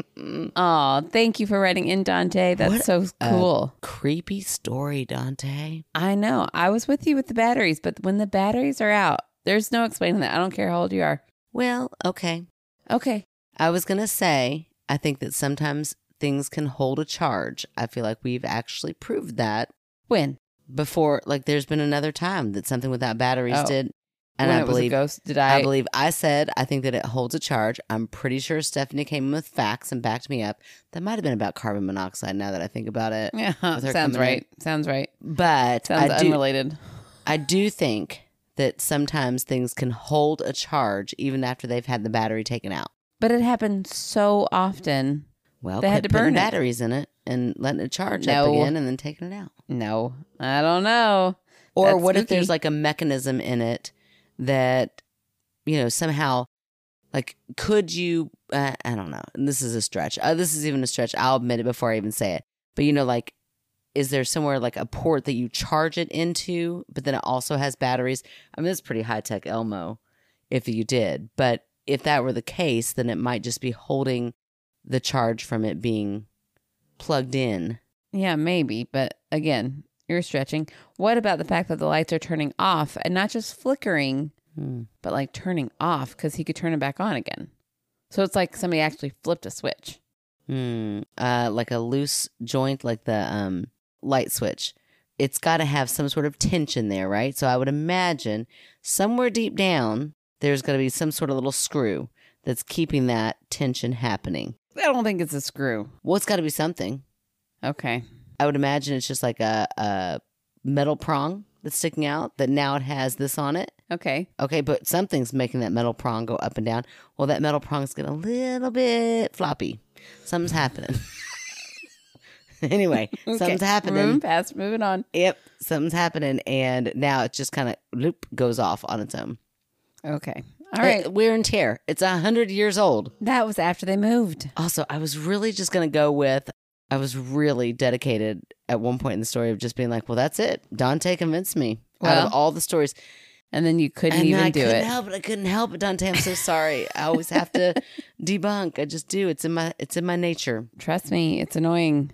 Aw, thank you for writing in, Dante.
What
That's so
a-
cool.
Creepy story, Dante.
I know. I was with you with the batteries, but when the batteries are out, there's no explaining that. I don't care how old you are.
Well, okay.
Okay.
I was going to say, I think that sometimes things can hold a charge. I feel like we've actually proved that
When?
before. Like, there's been another time that something without batteries
Oh.
did. And
when
I
it
believe,
was a ghost, did I?
I believe I said, I think that it holds a charge. I'm pretty sure Stephanie came in with facts and backed me up. That might have been about carbon monoxide now that I think about it.
yeah,
her
sounds
coming
right. Sounds right.
But
Sounds
I do,
unrelated.
I do think that sometimes things can hold a charge even after they've had the battery taken out.
But it happened so often.
Well,
They
quit
had to
putting
burn it.
batteries in it and letting it charge up
No.
again and then taking it out.
No, I don't know.
Or
That's
what if
spooky.
there's like a mechanism in it that, you know, somehow, like, could you? Uh, I don't know. And This is a stretch. Uh, this is even a stretch. I'll admit it before I even say it. But you know, like, is there somewhere like a port that you charge it into, but then it also has batteries? I mean, it's pretty high tech Elmo, if you did. But if that were the case, then it might just be holding the charge from it being plugged in.
Yeah, maybe. But again, you're stretching. What about the fact that the lights are turning off and not just flickering,
Hmm.
but like turning off because he could turn it back on again? So it's like somebody actually flipped a switch.
Hmm. Uh, like a loose joint, like the um, light switch. It's got to have some sort of tension there, right? So I would imagine somewhere deep down, there's got to be some sort of little screw that's keeping that tension happening.
I don't think it's a screw.
Well, it's got to be something.
Okay.
I would imagine it's just like a, a metal prong that's sticking out that now it has this on it.
Okay.
Okay, but something's making that metal prong go up and down. Well, that metal prong's getting a little bit floppy. Something's happening. anyway,
okay. Mm-hmm.
something's
Moving
happening.
past. Moving on.
Yep, something's happening, and now it just kind of loop goes off on its own.
Okay. All right.
Uh, wear and tear. It's a hundred years old.
that was after they moved.
Also, I was really just gonna go with. I was really dedicated at one point in the story of just being like, "Well, that's it." Dante convinced me. out
Well,
of all the stories,
And then you couldn't
and
even
I
do
couldn't
it.
help it. I couldn't help it, Dante. I'm so sorry. I always have to debunk. I just do. It's in my it's in my nature.
Trust me, it's annoying.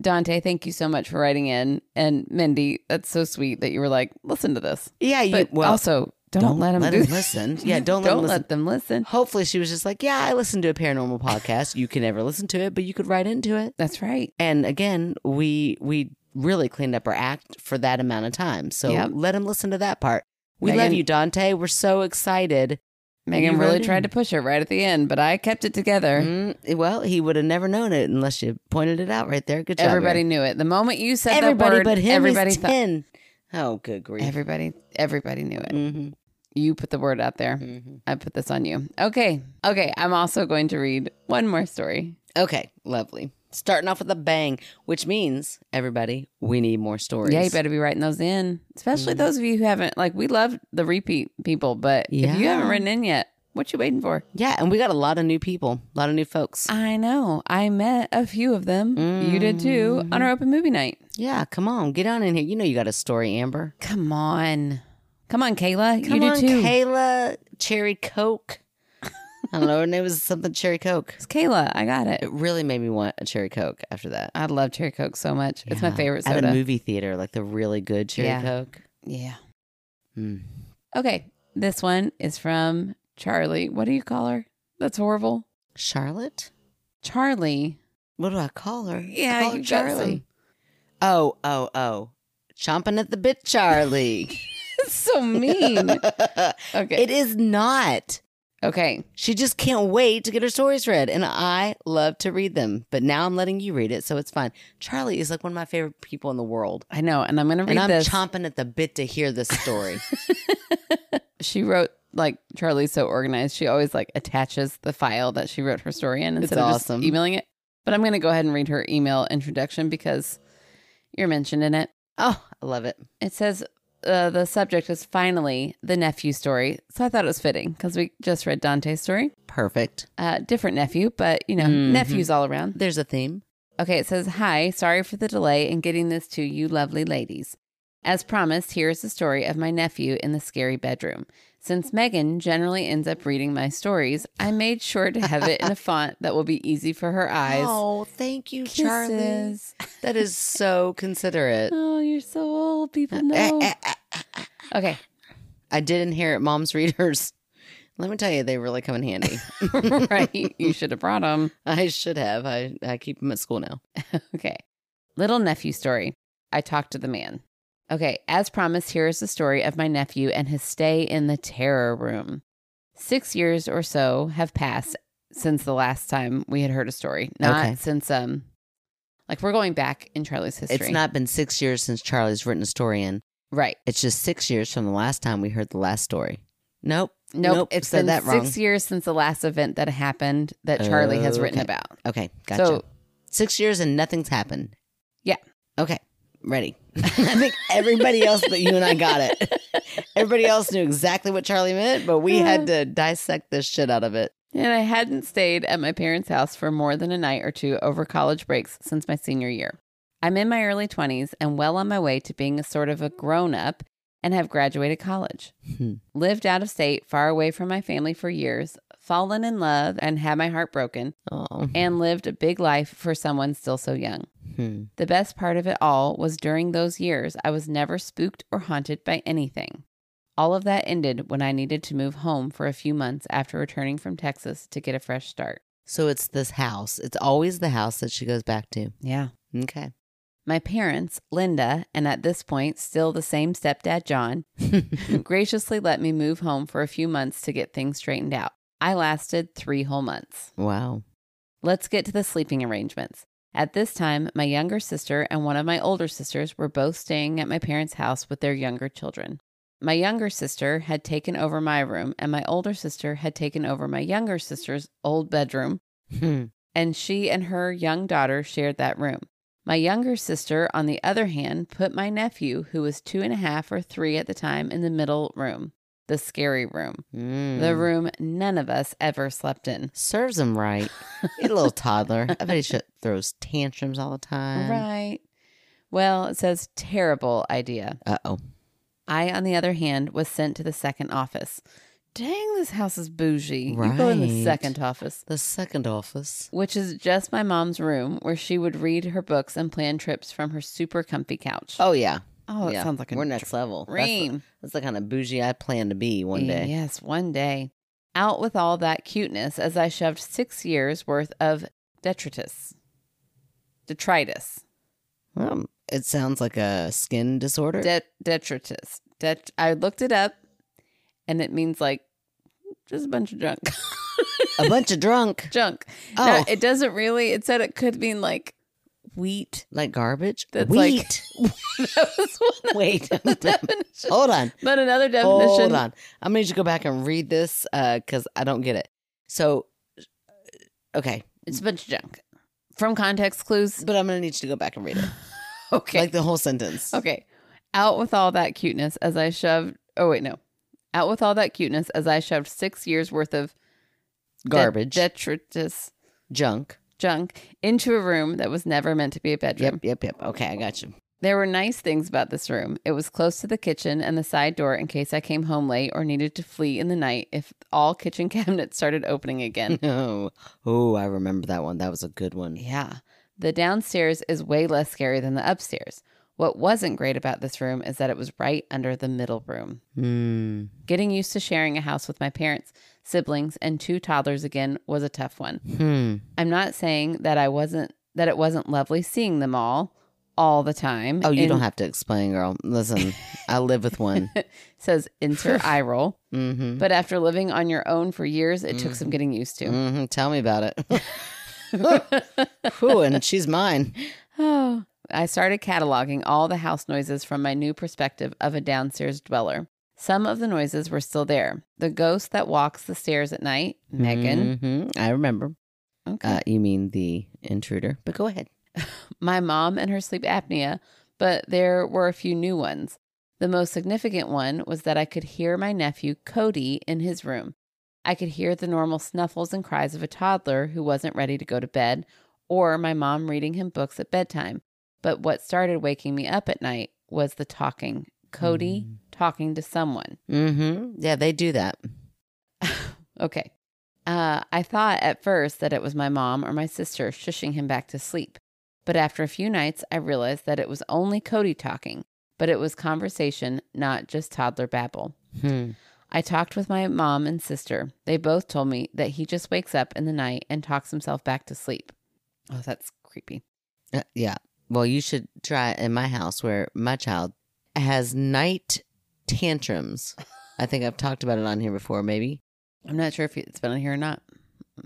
Dante, thank you so much for writing in. And Mindy, that's so sweet that you were like, listen to this.
Yeah, you
But
well
also, don't, let them do this.
listen. Yeah, don't let
don't
him listen.
let them listen.
Hopefully she was just like, Yeah, I listened to a paranormal podcast. You can never listen to it, but you could write into it.
That's right.
And again, we we really cleaned up our act for that amount of time. So
Yep.
let him listen to that part. We love
Megan-
you, Dante. We're so excited.
Megan
You
really
wrote in.
tried to push it right at the end, but I kept it together.
Mm, well, he would have never known it unless you pointed it out right there. Good job.
Everybody
Mary.
knew it. The moment you said
everybody
that word,
but him.
everybody
Everybody
thought
ten. Oh, good grief.
everybody everybody knew it.
Mhm,
You put the word out there.
mhm.
I put this on you. Okay. Okay, I'm also going to read one more story.
Okay, lovely. Starting off with a bang, which means everybody, we need more stories.
Yeah, you better be writing those in, especially
Mhm.
those of you who haven't. Like, we love the repeat people, but if you
Yeah.
haven't written in yet, what you waiting for?
Yeah, and we got a lot of new people, a lot of new folks.
I know. I met a few of them. You did too on our open movie night.
Yeah, come on, get on in here. You know you got a story, Amber.
Come on, come on, Kayla.
Come
you
on,
do too.
Kayla Cherry Coke. I don't know her name was something Cherry Coke.
it's Kayla. I got it.
It really made me want a Cherry Coke after that.
I love cherry coke so much. It's my
Yeah.
favorite
At a
soda.
movie theater, like the really good Cherry
Yeah.
Coke.
Yeah.
Mm.
Okay. This one is from Charlie. What do you call her? That's horrible.
Charlotte?
Charlie.
What do I call her? I
Yeah,
call her
you got some.
Oh, oh, oh. Chomping at the bit, Charlie.
That's so mean. okay.
It is not.
okay.
She just can't wait to get her stories read. And I love to read them. But now I'm letting you read it, so it's fine. Charlie is like one of my favorite people in the world.
I know. And I'm going to read
And I'm
this.
chomping at the bit to hear this story.
she wrote like Charlie's so organized. She always like attaches the file that she wrote her story in instead of just
awesome.
emailing it. But I'm going to go ahead and read her email introduction because you're mentioned in it.
oh, I love it.
It says uh, the subject is finally the nephew story, so I thought it was fitting because we just read Dante's story.
Perfect.
Uh, different nephew, but you know,
Mhm.
nephews all around.
There's a theme.
Okay, it says, Hi, sorry for the delay in getting this to you lovely ladies. As promised, here is the story of my nephew in the scary bedroom. Since Megan generally ends up reading my stories, I made sure to have it in a font that will be easy for her eyes.
Oh, thank you, Charlie.
Kisses.
That is so considerate.
Oh, you're so old. People
Eh,
know.
eh, eh, eh, eh.
Okay,
I did inherit mom's readers. Let me tell you, they really come in handy.
right. You should have brought them.
I should have. I, I keep them at school now.
Okay. Little nephew story. I talked to the man. Okay, as promised, here is the story of my nephew and his stay in the terror room. Six years or so have passed since the last time we had heard a story. Not
Okay.
since um like we're going back in Charlie's history.
It's not been six years since Charlie's written a story in.
right.
It's just six years from the last time we heard the last story. Nope.
Nope.
Nope,
It's
said
been
that wrong.
six years since the last event that happened that Charlie has written
Okay.
about.
Okay. Gotcha.
So
six years and nothing's happened.
Yeah.
Okay. Ready. I think everybody else but you and I got it. Everybody else knew exactly what Charlie meant, but we had to dissect the shit out of it.
And I hadn't stayed at my parents' house for more than a night or two over college breaks since my senior year. I'm in my early 20s and well on my way to being a sort of a grown up and have graduated college.
Hmm.
Lived out of state, far away from my family for years, fallen in love and had my heart broken,
Oh.
and lived a big life for someone still so young.
Hmm.
The best part of it all was during those years, I was never spooked or haunted by anything. All of that ended when I needed to move home for a few months after returning from Texas to get a fresh start.
So it's this house. It's always the house that she goes back to.
Yeah.
Okay.
My parents, Linda, and at this point still the same stepdad, John, graciously let me move home for a few months to get things straightened out. I lasted three whole months.
wow.
Let's get to the sleeping arrangements. At this time, my younger sister and one of my older sisters were both staying at my parents' house with their younger children. My younger sister had taken over my room, and my older sister had taken over my younger sister's old bedroom,
Hmm.
and she and her young daughter shared that room. My younger sister, on the other hand, put my nephew, who was two and a half or three at the time, in the middle room, the scary room, the
Mm.
room none of us ever slept in.
Serves him right. He's a little toddler. I bet he should throws tantrums all the time.
right. Well, it says terrible idea.
Uh oh.
I, on the other hand, was sent to the second office. Dang, this house is bougie. You go in the
Right.
second office,
The second office.
which is just my mom's room where she would read her books and plan trips from her super comfy couch.
Oh yeah.
oh it
yeah.
sounds like a
we're next level. That's the-
dream.
That's the kind of bougie I plan to be one day.
Yes, one day. Out with all that cuteness as I shoved six years worth of detritus, detritus,
Um, it sounds like a skin disorder.
De- detritus. Det- I looked it up and it means like just a bunch of junk.
a bunch of drunk.
junk.
Oh,
No, it doesn't really. It said it could mean like wheat.
like garbage.
That's
Wheat.
That was one
Wait.
definition.
Hold on.
But another definition.
Hold on. I'm going to go back and read this because I don't get it. So, uh, okay.
It's a bunch of junk. From context clues.
But I'm going to need you to go back and read it.
Okay.
Like the whole sentence.
okay. Out with all that cuteness as I shoved. Oh, wait, no. Out with all that cuteness as I shoved six years worth of de-
Garbage.
detritus,
junk.
junk into a room that was never meant to be a bedroom.
Yep, yep, yep. Okay, I got you.
There were nice things about this room. It was close to the kitchen and the side door in case I came home late or needed to flee in the night if all kitchen cabinets started opening again.
No. Oh, I remember that one. That was a good one.
yeah. The downstairs is way less scary than the upstairs. What wasn't great about this room is that it was right under the middle room.
Hmm.
Getting used to sharing a house with my parents, siblings, and two toddlers again was a tough one.
Hmm.
I'm not saying that I wasn't that it wasn't lovely seeing them all all the time.
Oh, you
In-
don't have to explain, girl. Listen, I live with one.
says insert eye roll.
Mm-hmm.
But after living on your own for years, it
Mm.
took some getting used to.
hmm Tell me about it. Whew, and she's mine.
oh. I started cataloging all the house noises from my new perspective of a downstairs dweller. Some of the noises were still there. The ghost that walks the stairs at night, Megan.
hmm I remember.
Okay.
Uh, you mean the intruder? But go ahead.
my mom and her sleep apnea, but there were a few new ones. The most significant one was that I could hear my nephew Cody in his room. I could hear the normal snuffles and cries of a toddler who wasn't ready to go to bed, or my mom reading him books at bedtime. But what started waking me up at night was the talking Cody
Mm.
talking to someone.
Mm-hmm. Yeah, they do that.
Okay. Uh, I thought at first that it was my mom or my sister shushing him back to sleep. But after a few nights, I realized that it was only Cody talking, but it was conversation, not just toddler babble.
Hmm.
I talked with my mom and sister. They both told me that he just wakes up in the night and talks himself back to sleep. Oh, that's creepy.
Uh, yeah. Well, you should try it in my house where my child has night tantrums. I think I've talked about it on here before, maybe.
I'm not sure if it's been on here or not.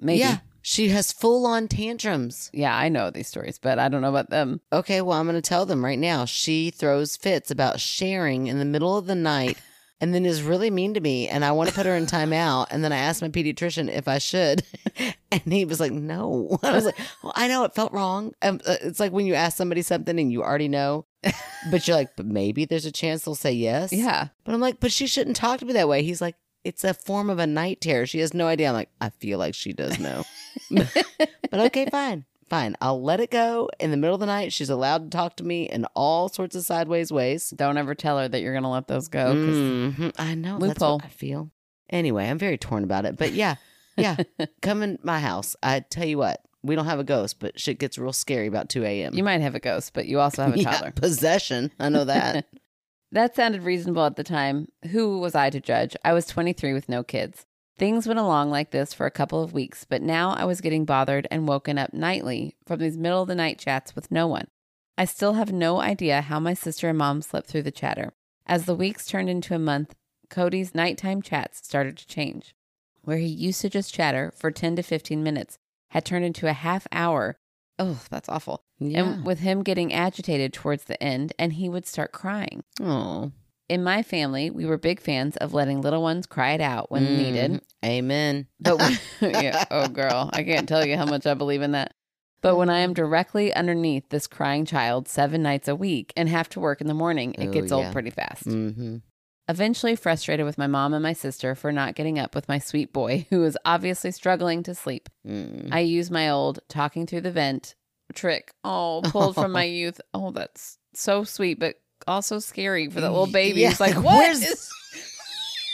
Maybe.
Yeah. She has full on tantrums.
Yeah, I know these stories, but I don't know about them.
Okay, well, I'm going to tell them right now. She throws fits about sharing in the middle of the night and then is really mean to me. And I want to put her in timeout. And then I asked my pediatrician if I should. And he was like, no. I was like, well, I know it felt wrong. Um, uh, It's like when you ask somebody something and you already know, but you're like, but maybe there's a chance they'll say yes.
Yeah.
But I'm like, but she shouldn't talk to me that way. He's like, it's a form of a night terror. She has no idea. I'm like, I feel like she does know. but okay, fine. Fine. I'll let it go. In the middle of the night, she's allowed to talk to me in all sorts of sideways ways.
Don't ever tell her that you're going to let those go. 'cause
Mhm. I know. That's
Mm-hmm. Loophole.
what I feel. Anyway, I'm very torn about it. But yeah, yeah. Come in my house. I tell you what, we don't have a ghost, but shit gets real scary about 2 a.m.
You might have a ghost, but you also have a
Yeah,
toddler.
possession. I know that.
That sounded reasonable at the time. Who was I to judge? I was 23 with no kids. Things went along like this for a couple of weeks, but now I was getting bothered and woken up nightly from these middle of the night chats with no one. I still have no idea how my sister and mom slept through the chatter. As the weeks turned into a month, Cody's nighttime chats started to change. Where he used to just chatter for 10 to 15 minutes had turned into a half hour oh, that's awful.
Yeah.
And with him getting agitated towards the end, and he would start crying.
Oh,
In my family, we were big fans of letting little ones cry it out when
Mhm.
needed.
Amen.
But when, yeah, oh girl, I can't tell you how much I believe in that. But when I
Mm-hmm.
am directly underneath this crying child seven nights a week and have to work in the morning, it
Ooh,
gets
yeah.
old pretty fast.
hmm
Eventually frustrated with my mom and my sister for not getting up with my sweet boy who is obviously struggling to sleep.
mm
I use my old talking through the vent trick. Oh, pulled from my youth. Oh, that's so sweet, but also scary for the little baby.
Yeah.
It's like, what
Where's-
is,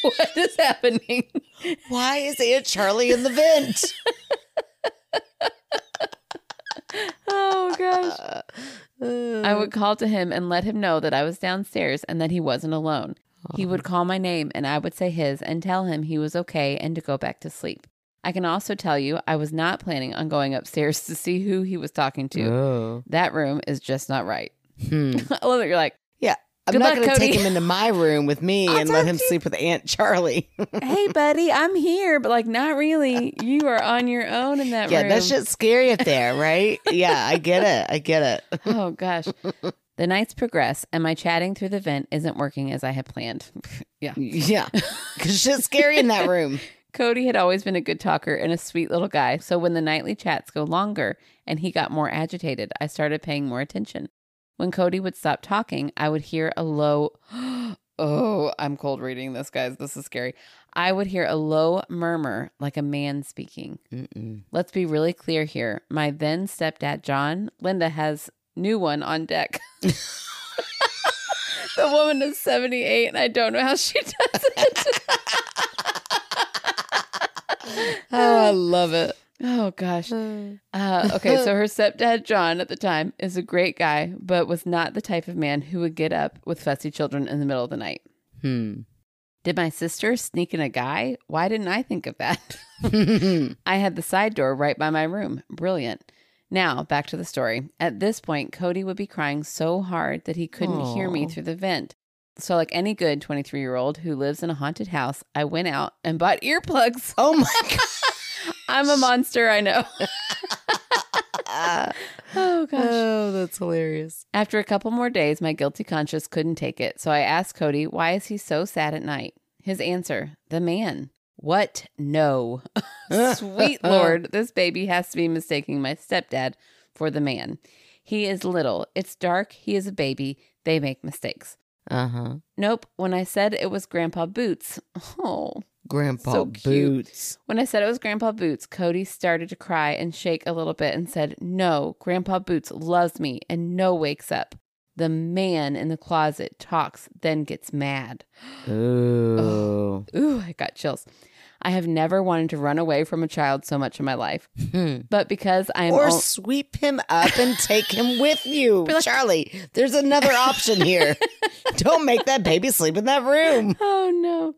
what is happening?
Why is Aunt Charlie in the vent?
Oh gosh. I
I
would call to him and let him know that I was downstairs and that he wasn't alone. He would call my name and I would say his and tell him he was okay and to go back to sleep. I can also tell you I was not planning on going upstairs to see who he was talking to.
Oh.
That room is just not right.
Hmm.
I love that you're like,
I'm
Good
not
luck,
going to take
Cody.
him into my room with me
I'll
and let
talk
him
to you.
sleep with Aunt Charlie.
hey, buddy, I'm here, but like, not really. You are on your own in that
yeah,
room.
that shit's scary up there, right? yeah, I get it. I get it.
oh gosh. The nights progress and my chatting through the vent isn't working as I had planned. yeah.
Yeah, because shit's scary in that room.
Cody had always been a good talker and a sweet little guy, so when the nightly chats go longer and he got more agitated, I started paying more attention. When Cody would stop talking, I would hear a low, oh, I'm cold reading this, guys. This is scary. I would hear a low murmur like a man speaking.
Mm-mm.
Let's be really clear here. My then stepdad, John, Linda has new one on deck. the woman is 78, and I don't know how she does it.
Oh, I love it. Hmm.
oh, gosh. Uh, okay, so her stepdad, John, at the time, is a great guy, but was not the type of man who would get up with fussy children in the middle of the night.
Hmm.
Did my sister sneak in a guy? Why didn't I think of that? I had the side door right by my room. Brilliant. Now, back to the story. At this point, Cody would be crying so hard that he couldn't hear me
Aw.
through the vent. So, like any good 23 year old who lives in a haunted house, I went out and bought earplugs.
oh my god.
I'm a monster, I know. oh,
Oh, that's hilarious.
After a couple more days, my guilty conscience couldn't take it. So I asked Cody, why is he so sad at night? His answer, the man. What? No. Sweet Lord, this baby has to be mistaking my stepdad for the man. He is little. It's dark. He is a baby. They make mistakes.
Uh
Uh-huh.
huh.
Nope. When I said it was Grandpa Boots, oh,
Grandpa
So cute.
Boots.
when I said it was Grandpa Boots, Cody started to cry and shake a little bit and said, No, Grandpa Boots loves me and no wakes up. The man in the closet talks, then gets mad.
Oh.
Ooh, I got chills. I have never wanted to run away from a child so much in my life, but because I am.
Hmm. Or
on-
sweep him up and take him with you. Charlie, there's another option here. Don't make that baby sleep in that room.
oh no.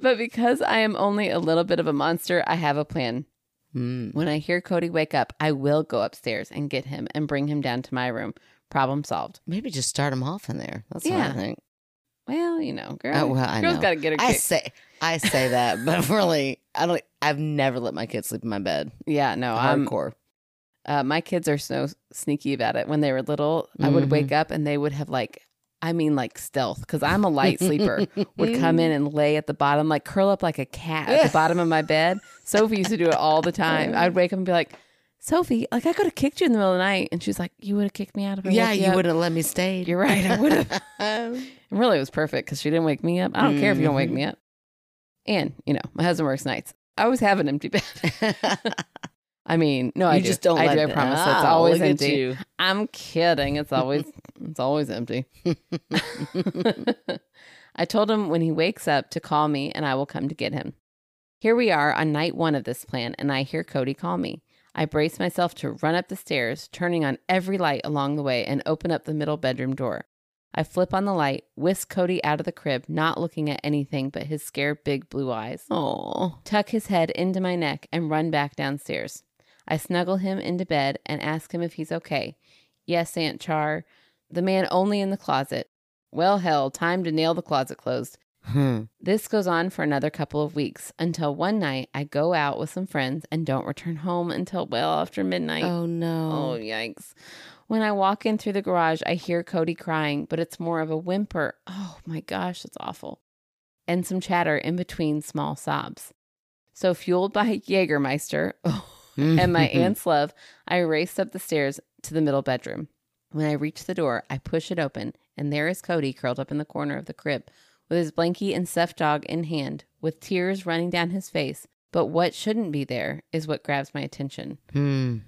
But because I am only a little bit of a monster, I have a plan.
Hmm.
When I hear Cody wake up, I will go upstairs and get him and bring him down to my room. Problem solved.
Maybe just start him off in there. That's what
Yeah.
I think.
Well, you know, girl.
Oh, well, I
girl's
know.
got to get her
I
kick.
say I say that, but really, I don't. I've never let my kids sleep in my bed.
Yeah, no, I'm.
Hardcore.
Uh, my kids are so sneaky about it. When they were little, I would
Mhm.
wake up and they would have like, I mean, like stealth, because I'm a light sleeper. would come in and lay at the bottom, like curl up like a cat at the bottom of my bed. Sophie used to do it all the time. I'd wake up and be like, Sophie, like I could have kicked you in the middle of the night, and she's like, "You would have kicked me out if I
yeah,
woke
you
up."
would have let me stay.
You're right. I would have.
Um,
And really, it was perfect because she didn't wake me up. I don't care if you don't
Mm-hmm.
wake me up. And you know, my husband works nights. I always have an empty bed. I mean, no, I
you
do.
just don't.
I
let
do. I
them-
promise.
Oh,
it's always
look at
empty.
you.
I'm kidding. It's always it's always empty. I told him when he wakes up to call me and I will come to get him. Here we are on night 1 of this plan and I hear Cody call me. I brace myself to run up the stairs, turning on every light along the way and open up the middle bedroom door. I flip on the light, whisk Cody out of the crib, not looking at anything but his scared big blue eyes
Oh,
tuck his head into my neck, and run back downstairs. I snuggle him into bed and ask him if he's okay. Yes, Aunt Char. The man only in the closet. Well, hell, time to nail the closet closed.
Hmm.
This goes on for another couple of weeks until one night I go out with some friends and don't return home until well after midnight.
Oh
Oh,
no.
yikes. When I walk in through the garage, I hear Cody crying, but it's more of a whimper. Oh my gosh, that's awful. And some chatter in between small sobs. So, fueled by Jägermeister oh, and
Mm-hmm.
my aunt's love, I raced up the stairs to the middle bedroom. When I reach the door, I push it open, and there is Cody curled up in the corner of the crib with his blankie and Seth dog in hand, with tears running down his face. But what shouldn't be there is what grabs my attention.
Hmm.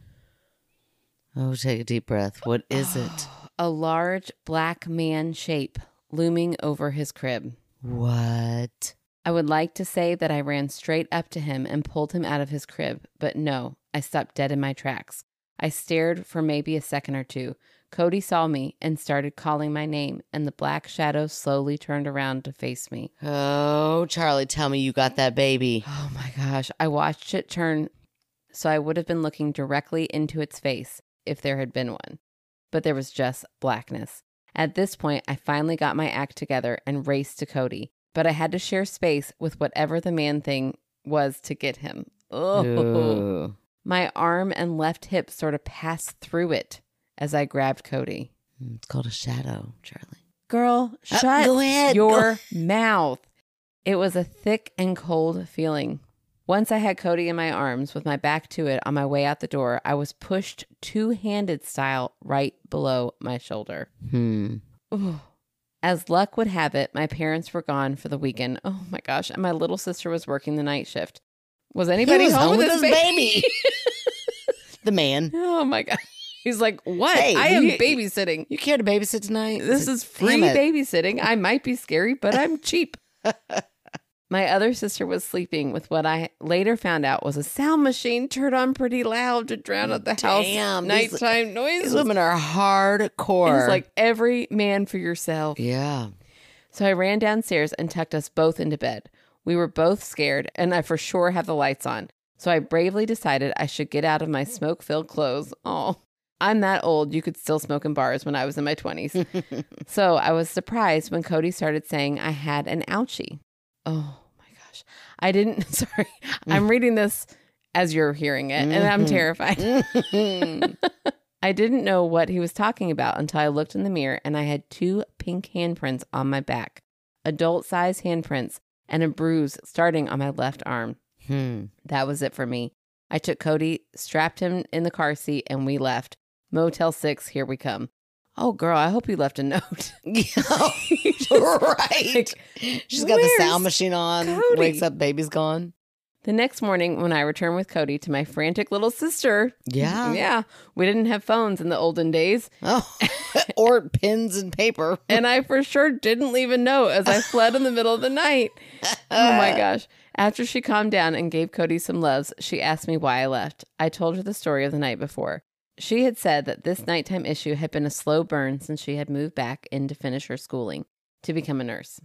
Oh, take a deep breath. What is it?
a large black man shape looming over his crib.
What?
I would like to say that I ran straight up to him and pulled him out of his crib, but no, I stopped dead in my tracks. I stared for maybe a second or two. Cody saw me and started calling my name, and the black shadow slowly turned around to face me.
Oh, Charlie, tell me you got that baby.
Oh my gosh, I watched it turn so I would have been looking directly into its face if there had been one. But there was just blackness. At this point, I finally got my act together and raced to Cody, but I had to share space with whatever the man thing was to get him. Oh.
Ooh.
My arm and left hip sort of passed through it as I grabbed Cody.
It's called a shadow, Charlie.
Girl,
Uh,
shut
go ahead, go
your mouth. It was a thick and cold feeling. Once I had Cody in my arms with my back to it on my way out the door, I was pushed two handed style right below my shoulder.
Hmm.
Ooh. As luck would have it, my parents were gone for the weekend. Oh my gosh. And my little sister was working the night shift. Was anybody
Hmm. was
home, with his baby?
the man.
Oh my God. He's like, what?
Hey,
I am
you-
babysitting.
You care to babysit tonight?
This is free
Damn it.
babysitting. I might be scary, but I'm cheap. My other sister was sleeping with what I later found out was a sound machine turned on pretty loud to drown out the house
Damn, these-
nighttime
These
noises.
women are hardcore.
It's like every man for yourself.
yeah.
So I ran downstairs and tucked us both into bed. We were both scared, and I for sure have the lights on. So I bravely decided I should get out of my smoke filled clothes. Oh, I'm that old. You could still smoke in bars when I was in my 20s. so I was surprised when Cody started saying I had an ouchie. Oh my gosh. I didn't, sorry. I'm reading this as you're hearing it, and I'm
Mhm.
terrified. Hmm. I didn't know what he was talking about until I looked in the mirror and I had two pink handprints on my back, adult size handprints, and a bruise starting on my left arm.
hmm.
That was it for me. I took Cody, strapped him in the car seat, and we left. Motel 6, here we come. Oh, girl, I hope you left a note.
right. She's got the
"Where's
sound machine on.
Cody?"
Wakes up, baby's gone.
The next morning, when I returned with Cody to my frantic little sister,
Yeah.
yeah, we didn't have phones in the olden days.
Oh. or pens and paper.
and I for sure didn't leave a note as I fled in the middle of the night. Oh
Uh,
my gosh. After she calmed down and gave Cody some loves, she asked me why I left. I told her the story of the night before. She had said that this nighttime issue had been a slow burn since she had moved back in to finish her schooling to become a nurse.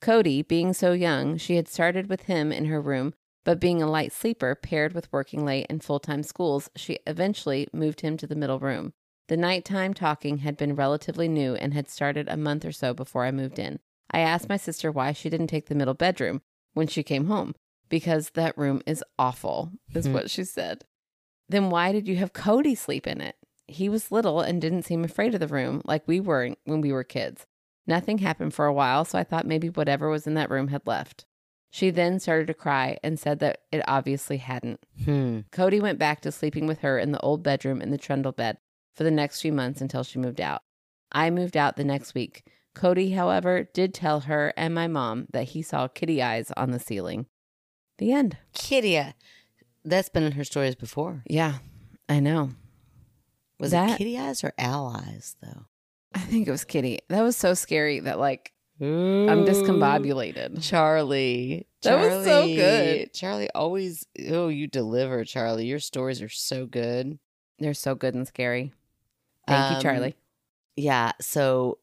Cody, being so young, she had started with him in her room, but being a light sleeper paired with working late and full time schools, she eventually moved him to the middle room. The nighttime talking had been relatively new and had started a month or so before I moved in. I asked my sister why she didn't take the middle bedroom when she came home, because that room is awful, is
Hmm.
what she said. Then why did you have Cody sleep in it? He was little and didn't seem afraid of the room like we were when we were kids. Nothing happened for a while, so I thought maybe whatever was in that room had left. She then started to cry and said that it obviously hadn't.
Hmm.
Cody went back to sleeping with her in the old bedroom in the trundle bed for the next few months until she moved out. I moved out the next week. Cody, however, did tell her and my mom that he saw kitty eyes on the ceiling. The end.
Kitty. uh, That's been in her stories before.
Yeah, I know.
Was
That-
it kitty eyes or owl eyes, though?
I think it was kitty. That was so scary that, like, I'm discombobulated.
Charlie.
That was so good.
Charlie always, oh, you deliver, Charlie. Your stories are so good.
They're so good and scary. Thank you,
Um,
Charlie.
Yeah. So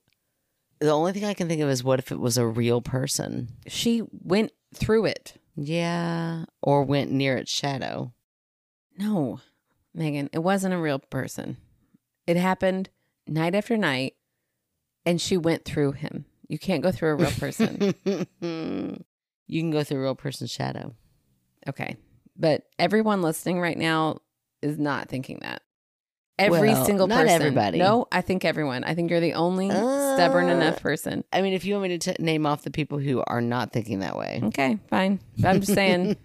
the only thing I can think of is what if it was a real person?
She went through it.
Yeah. Or went near its shadow.
No, Megan, it wasn't a real person. It happened night after night, and she went through him. You can't go through a real person.
you can go through a real person's shadow.
okay. But everyone listening right now is not thinking that. Every
Well,
single
not
person.
everybody.
No, I think everyone. I think you're the only stubborn
Uh,
enough person.
I mean, if you want me to t- name off the people who are not thinking that way,
Okay, fine. But I'm just saying,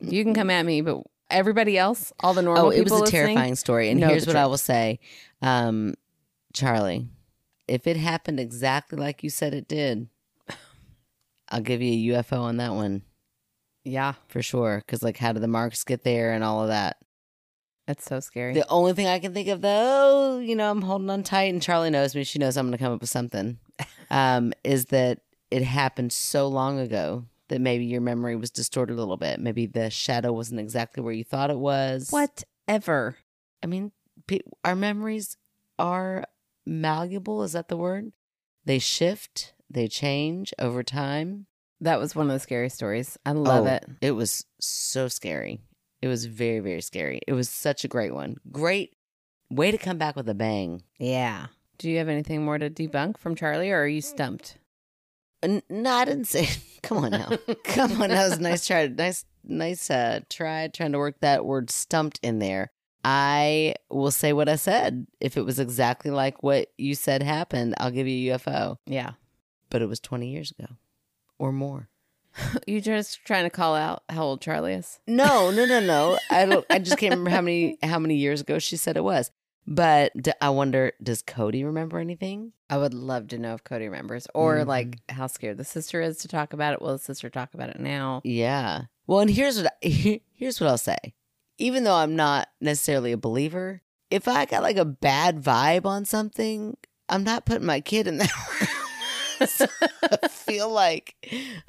you can come at me, but everybody else, all the normal
oh, it was
people
a
listening-
terrifying story. And
know
here's
the
what I will say, um, Charlie, if it happened exactly like you said it did, I'll give you a UFO on that one
Yeah,
for sure. Because like, how did the marks get there and all of that?
that's so scary.
The only thing I can think of, though, you know, I'm holding on tight, and Charlie knows me. She knows I'm going to come up with something. Um, is that it happened so long ago that maybe your memory was distorted a little bit. Maybe the shadow wasn't exactly where you thought it was.
Whatever.
I mean, pe- our memories are malleable. Is that the word? They shift. They change over time.
That was one of the scary stories. I love
Oh,
it.
It was so scary. It was very, very scary. It was such a great one. Great way to come back with a bang.
Yeah. Do you have anything more to debunk from Charlie or are you stumped?
N- No, I didn't say. Come on now. Come on. That was a nice try. Nice, nice uh, try trying to work that word stumped in there. I will say what I said. If it was exactly like what you said happened, I'll give you a UFO.
Yeah.
But it was 20 years ago or more.
You just trying to call out how old Charlie is?
No, no, no, no. I don't. I just can't remember how many how many years ago she said it was. But d- I wonder, does Cody remember anything?
I would love to know if Cody remembers or
Mhm.
like how scared the sister is to talk about it. Will the sister talk about it now?
Yeah. Well, and here's what I, here's what I'll say. Even though I'm not necessarily a believer, if I got like a bad vibe on something, I'm not putting my kid in that room. So I feel like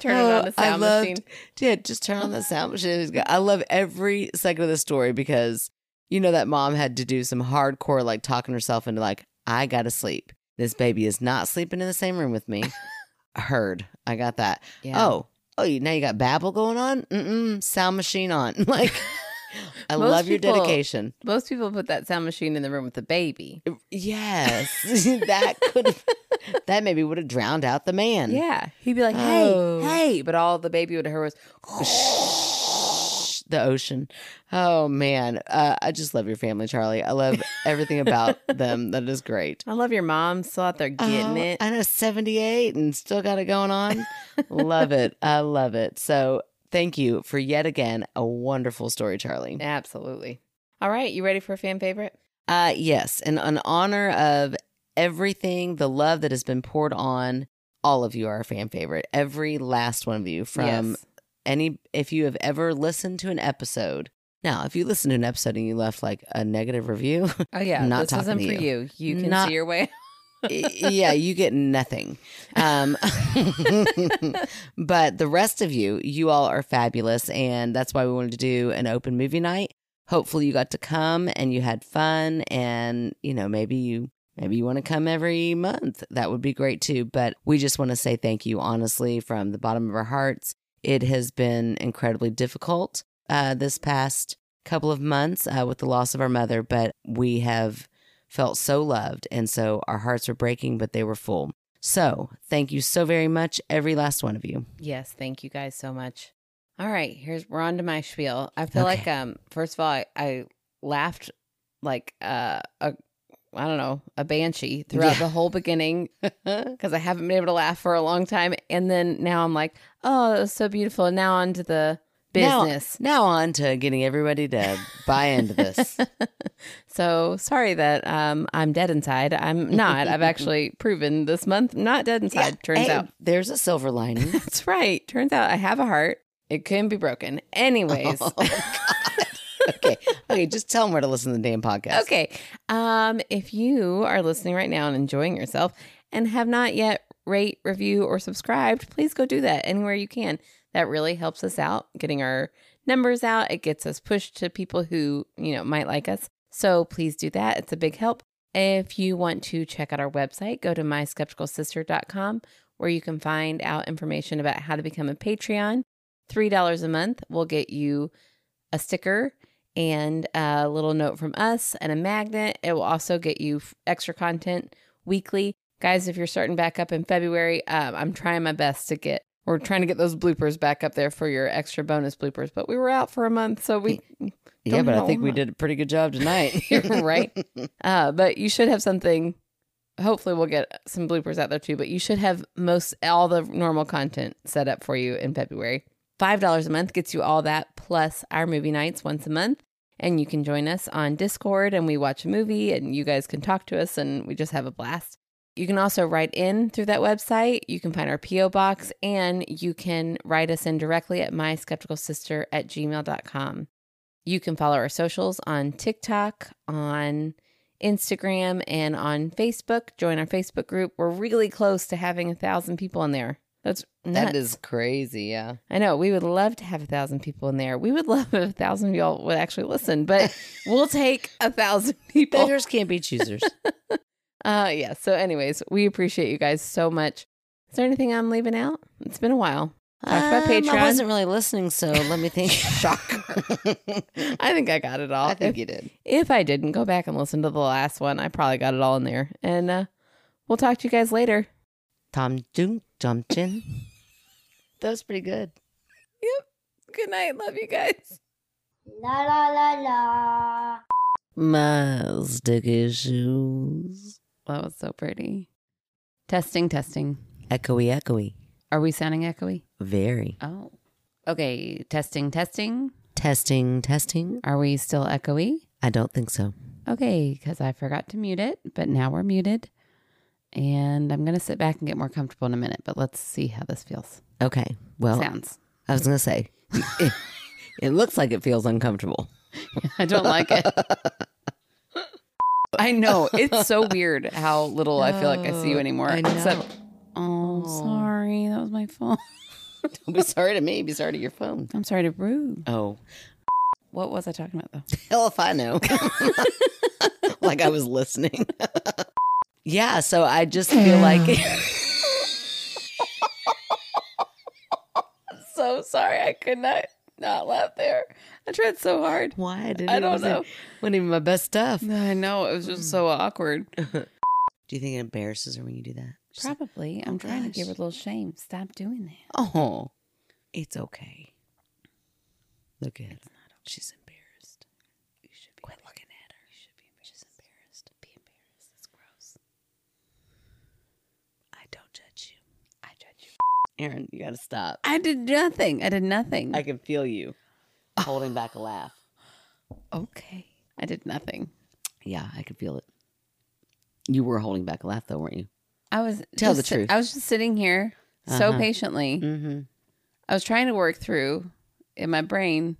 Turn it on the
I
sound
loved-
machine.
Yeah, just turn on the sound machine. I love every second of the story because you know that mom had to do some hardcore like talking herself into like I gotta sleep. This baby is not sleeping in the same room with me. Heard. I got that.
Yeah.
Oh, oh, you now you got Babel going on. Mm-mm, sound machine on. Like, I
Most
love your
people-
dedication.
Most people put that sound machine in the room with the baby.
Yes, that could that maybe would have drowned out the man.
Yeah. He'd be like,
Oh.
hey, hey. But all the baby would hear was,
The ocean. Oh man, uh, I just love your family, Charlie. I love everything about them. That is great.
I love your mom. Still out there getting
Oh,
it.
I know, seventy eight, and still got it going on. love it. I love it. So, thank you for yet again a wonderful story, Charlie.
Absolutely. All right. You ready for a fan favorite?
Uh, yes, and in honor of everything, the love that has been poured on all of you are a fan favorite. Every last one of you from
Yes.
any, if you have ever listened to an episode. Now, if you listen to an episode and you left like a negative review,
Oh yeah,
Not
this isn't
talking to
for you. You can
Not-
see your way.
yeah, you get nothing. Um, but the rest of you, you all are fabulous. And that's why we wanted to do an open movie night. Hopefully you got to come and you had fun and, you know, maybe you. Maybe you want to come every month. That would be great too. But we just want to say thank you, honestly, from the bottom of our hearts. It has been incredibly difficult uh, this past couple of months uh, with the loss of our mother, but we have felt so loved. And so our hearts were breaking, but they were full. So thank you so very much, every last one of you.
Yes, thank you guys so much. All right, here's we're on to my spiel. I feel
Okay.
like um first of all, I, I laughed like uh a I don't know, a banshee throughout
Yeah.
the whole beginning because I haven't been able to laugh for a long time. And then now I'm like, oh, that was so beautiful. And Now on to the
Now-
business.
Now on to getting everybody to buy into this.
so sorry that um, I'm dead inside. I'm not. I've actually proven this month not dead inside, turns
Hey,
out.
There's a silver lining.
That's right. Turns out I have a heart. It couldn't be broken. Anyways.
Oh. Okay. Okay. Just tell them where to listen to the damn podcast.
okay. Um, if you are listening right now and enjoying yourself and have not yet rate, review, or subscribed, please go do that anywhere you can. That really helps us out, getting our numbers out. It gets us pushed to people who, you know, might like us. So please do that. It's a big help. If you want to check out our website, go to myskepticalsister.com where you can find out information about how to become a Patreon. $3 a month will get you a sticker and a little note from us and a magnet. It will also get you f- extra content weekly. Guys, if you're starting back up in February, um, I'm trying my best to get. We're trying to get those bloopers back up there for your extra bonus bloopers, but we were out for a month, so we
yeah,
Don't
but I
know
think we
much.
did a pretty good job tonight.
You're right. Uh, but you should have something. Hopefully, we'll get some bloopers out there too. But you should have most all the normal content set up for you in February. Five dollars a month gets you all that plus our movie nights once a month, and you can join us on Discord and we watch a movie and you guys can talk to us and we just have a blast. You can also write in through that website. You can find our P.O. box and you can write us in directly at myskepticalsister at gmail.com. You can follow our socials on TikTok, on Instagram, and on Facebook. Join our Facebook group. We're really close to having a thousand people in there. That's nuts.
that is crazy. Yeah.
I know we would love to have a thousand people in there. We would love if a thousand of y'all would actually listen, but we'll take a thousand people.
Beggars can't be choosers.
Uh yeah. So anyways, we appreciate you guys so much. Is there anything I'm leaving out? It's been a while. Talked about
Um,
Patreon.
I wasn't really listening, so let me think. Shocker.
I think I got it all.
I think
If-
you did.
if I didn't, go back and listen to the last one. I probably got it all in there. And uh, we'll talk to you guys later.
Tom Jung, Tom Chin. That was pretty good.
Good night. Love you guys.
La la la la.
My sticky shoes.
That was so pretty. Testing, testing.
Echoey, echoey.
Are we sounding echoey?
Very.
Oh. Okay. Testing, testing.
Testing, testing.
Are we still echoey?
I don't think so.
Okay. Because I forgot to mute it, but now we're muted. And I'm going to sit back and get more comfortable in a minute, but let's see how this feels.
Okay. Well,
Sounds.
I was going to say, it, it looks like it feels uncomfortable.
I don't like it. I know. It's so weird how little I feel like I see you
Oh,
anymore.
I know.
Except, oh, sorry. That was my fault.
Don't be sorry to me. Be sorry to your phone.
I'm sorry to rude.
Oh,
What was I talking about, though?
hell if I know. like I was listening. yeah. So I just feel like.
So sorry. I could not not laugh there. I tried so hard.
Why I didn't
I
even-
don't
wasn't-
know.
Wasn't even my best stuff.
I know. It was just so awkward.
Do you think it embarrasses her when you do that? She's like,
Probably. I'm trying to give
gosh.
her a little shame. Stop doing that.
oh, it's okay. Look at her. She's embarrassed. You should be quit looking at her. You should be embarrassed. She's embarrassed. Be embarrassed. It's gross. I don't judge you. I judge you. Aaron, you gotta stop.
I did nothing. I did nothing.
I can feel you holding back a laugh.
okay. I did nothing.
Yeah, I could feel it. You were holding back a laugh though, weren't you?
I was
Tell
just
the truth.
I was just sitting here so
Uh-huh.
patiently.
Mm-hmm.
I was trying to work through in my brain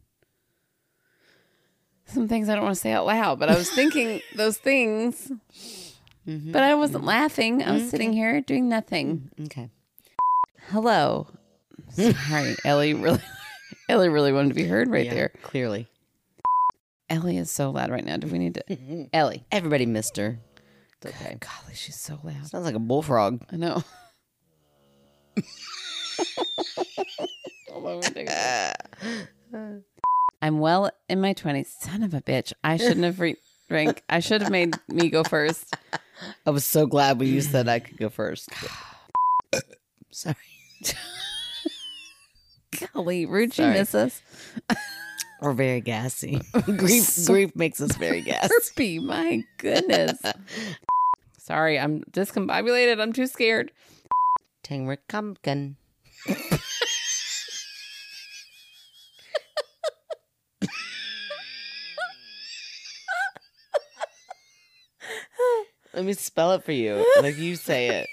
some things I don't want to say out loud, but I was thinking those things,
Mhm.
but I wasn't laughing. I was
Mm-hmm.
sitting here doing nothing.
Okay.
Hello. Sorry, Ellie really Ellie really wanted to be heard right
Yeah,
there.
Clearly.
Ellie is so loud right now. Do we need to Ellie.
Everybody missed her. It's okay.
Golly, she's so loud.
Sounds like a bullfrog.
I know. Hold on, let me take a breath.
Ah,
I'm well in my 20s. Son of a bitch. I shouldn't have re- drank. I should have made me go first.
I was so glad when you said I could go first. Sorry.
Golly, Rude, you
Sorry.
miss us.
We're very gassy. grief, grief makes us very gassy.
Crispy, my goodness. Sorry, I'm discombobulated. I'm too scared.
Tangwer Compkin. Let me spell it for you. Like you say it.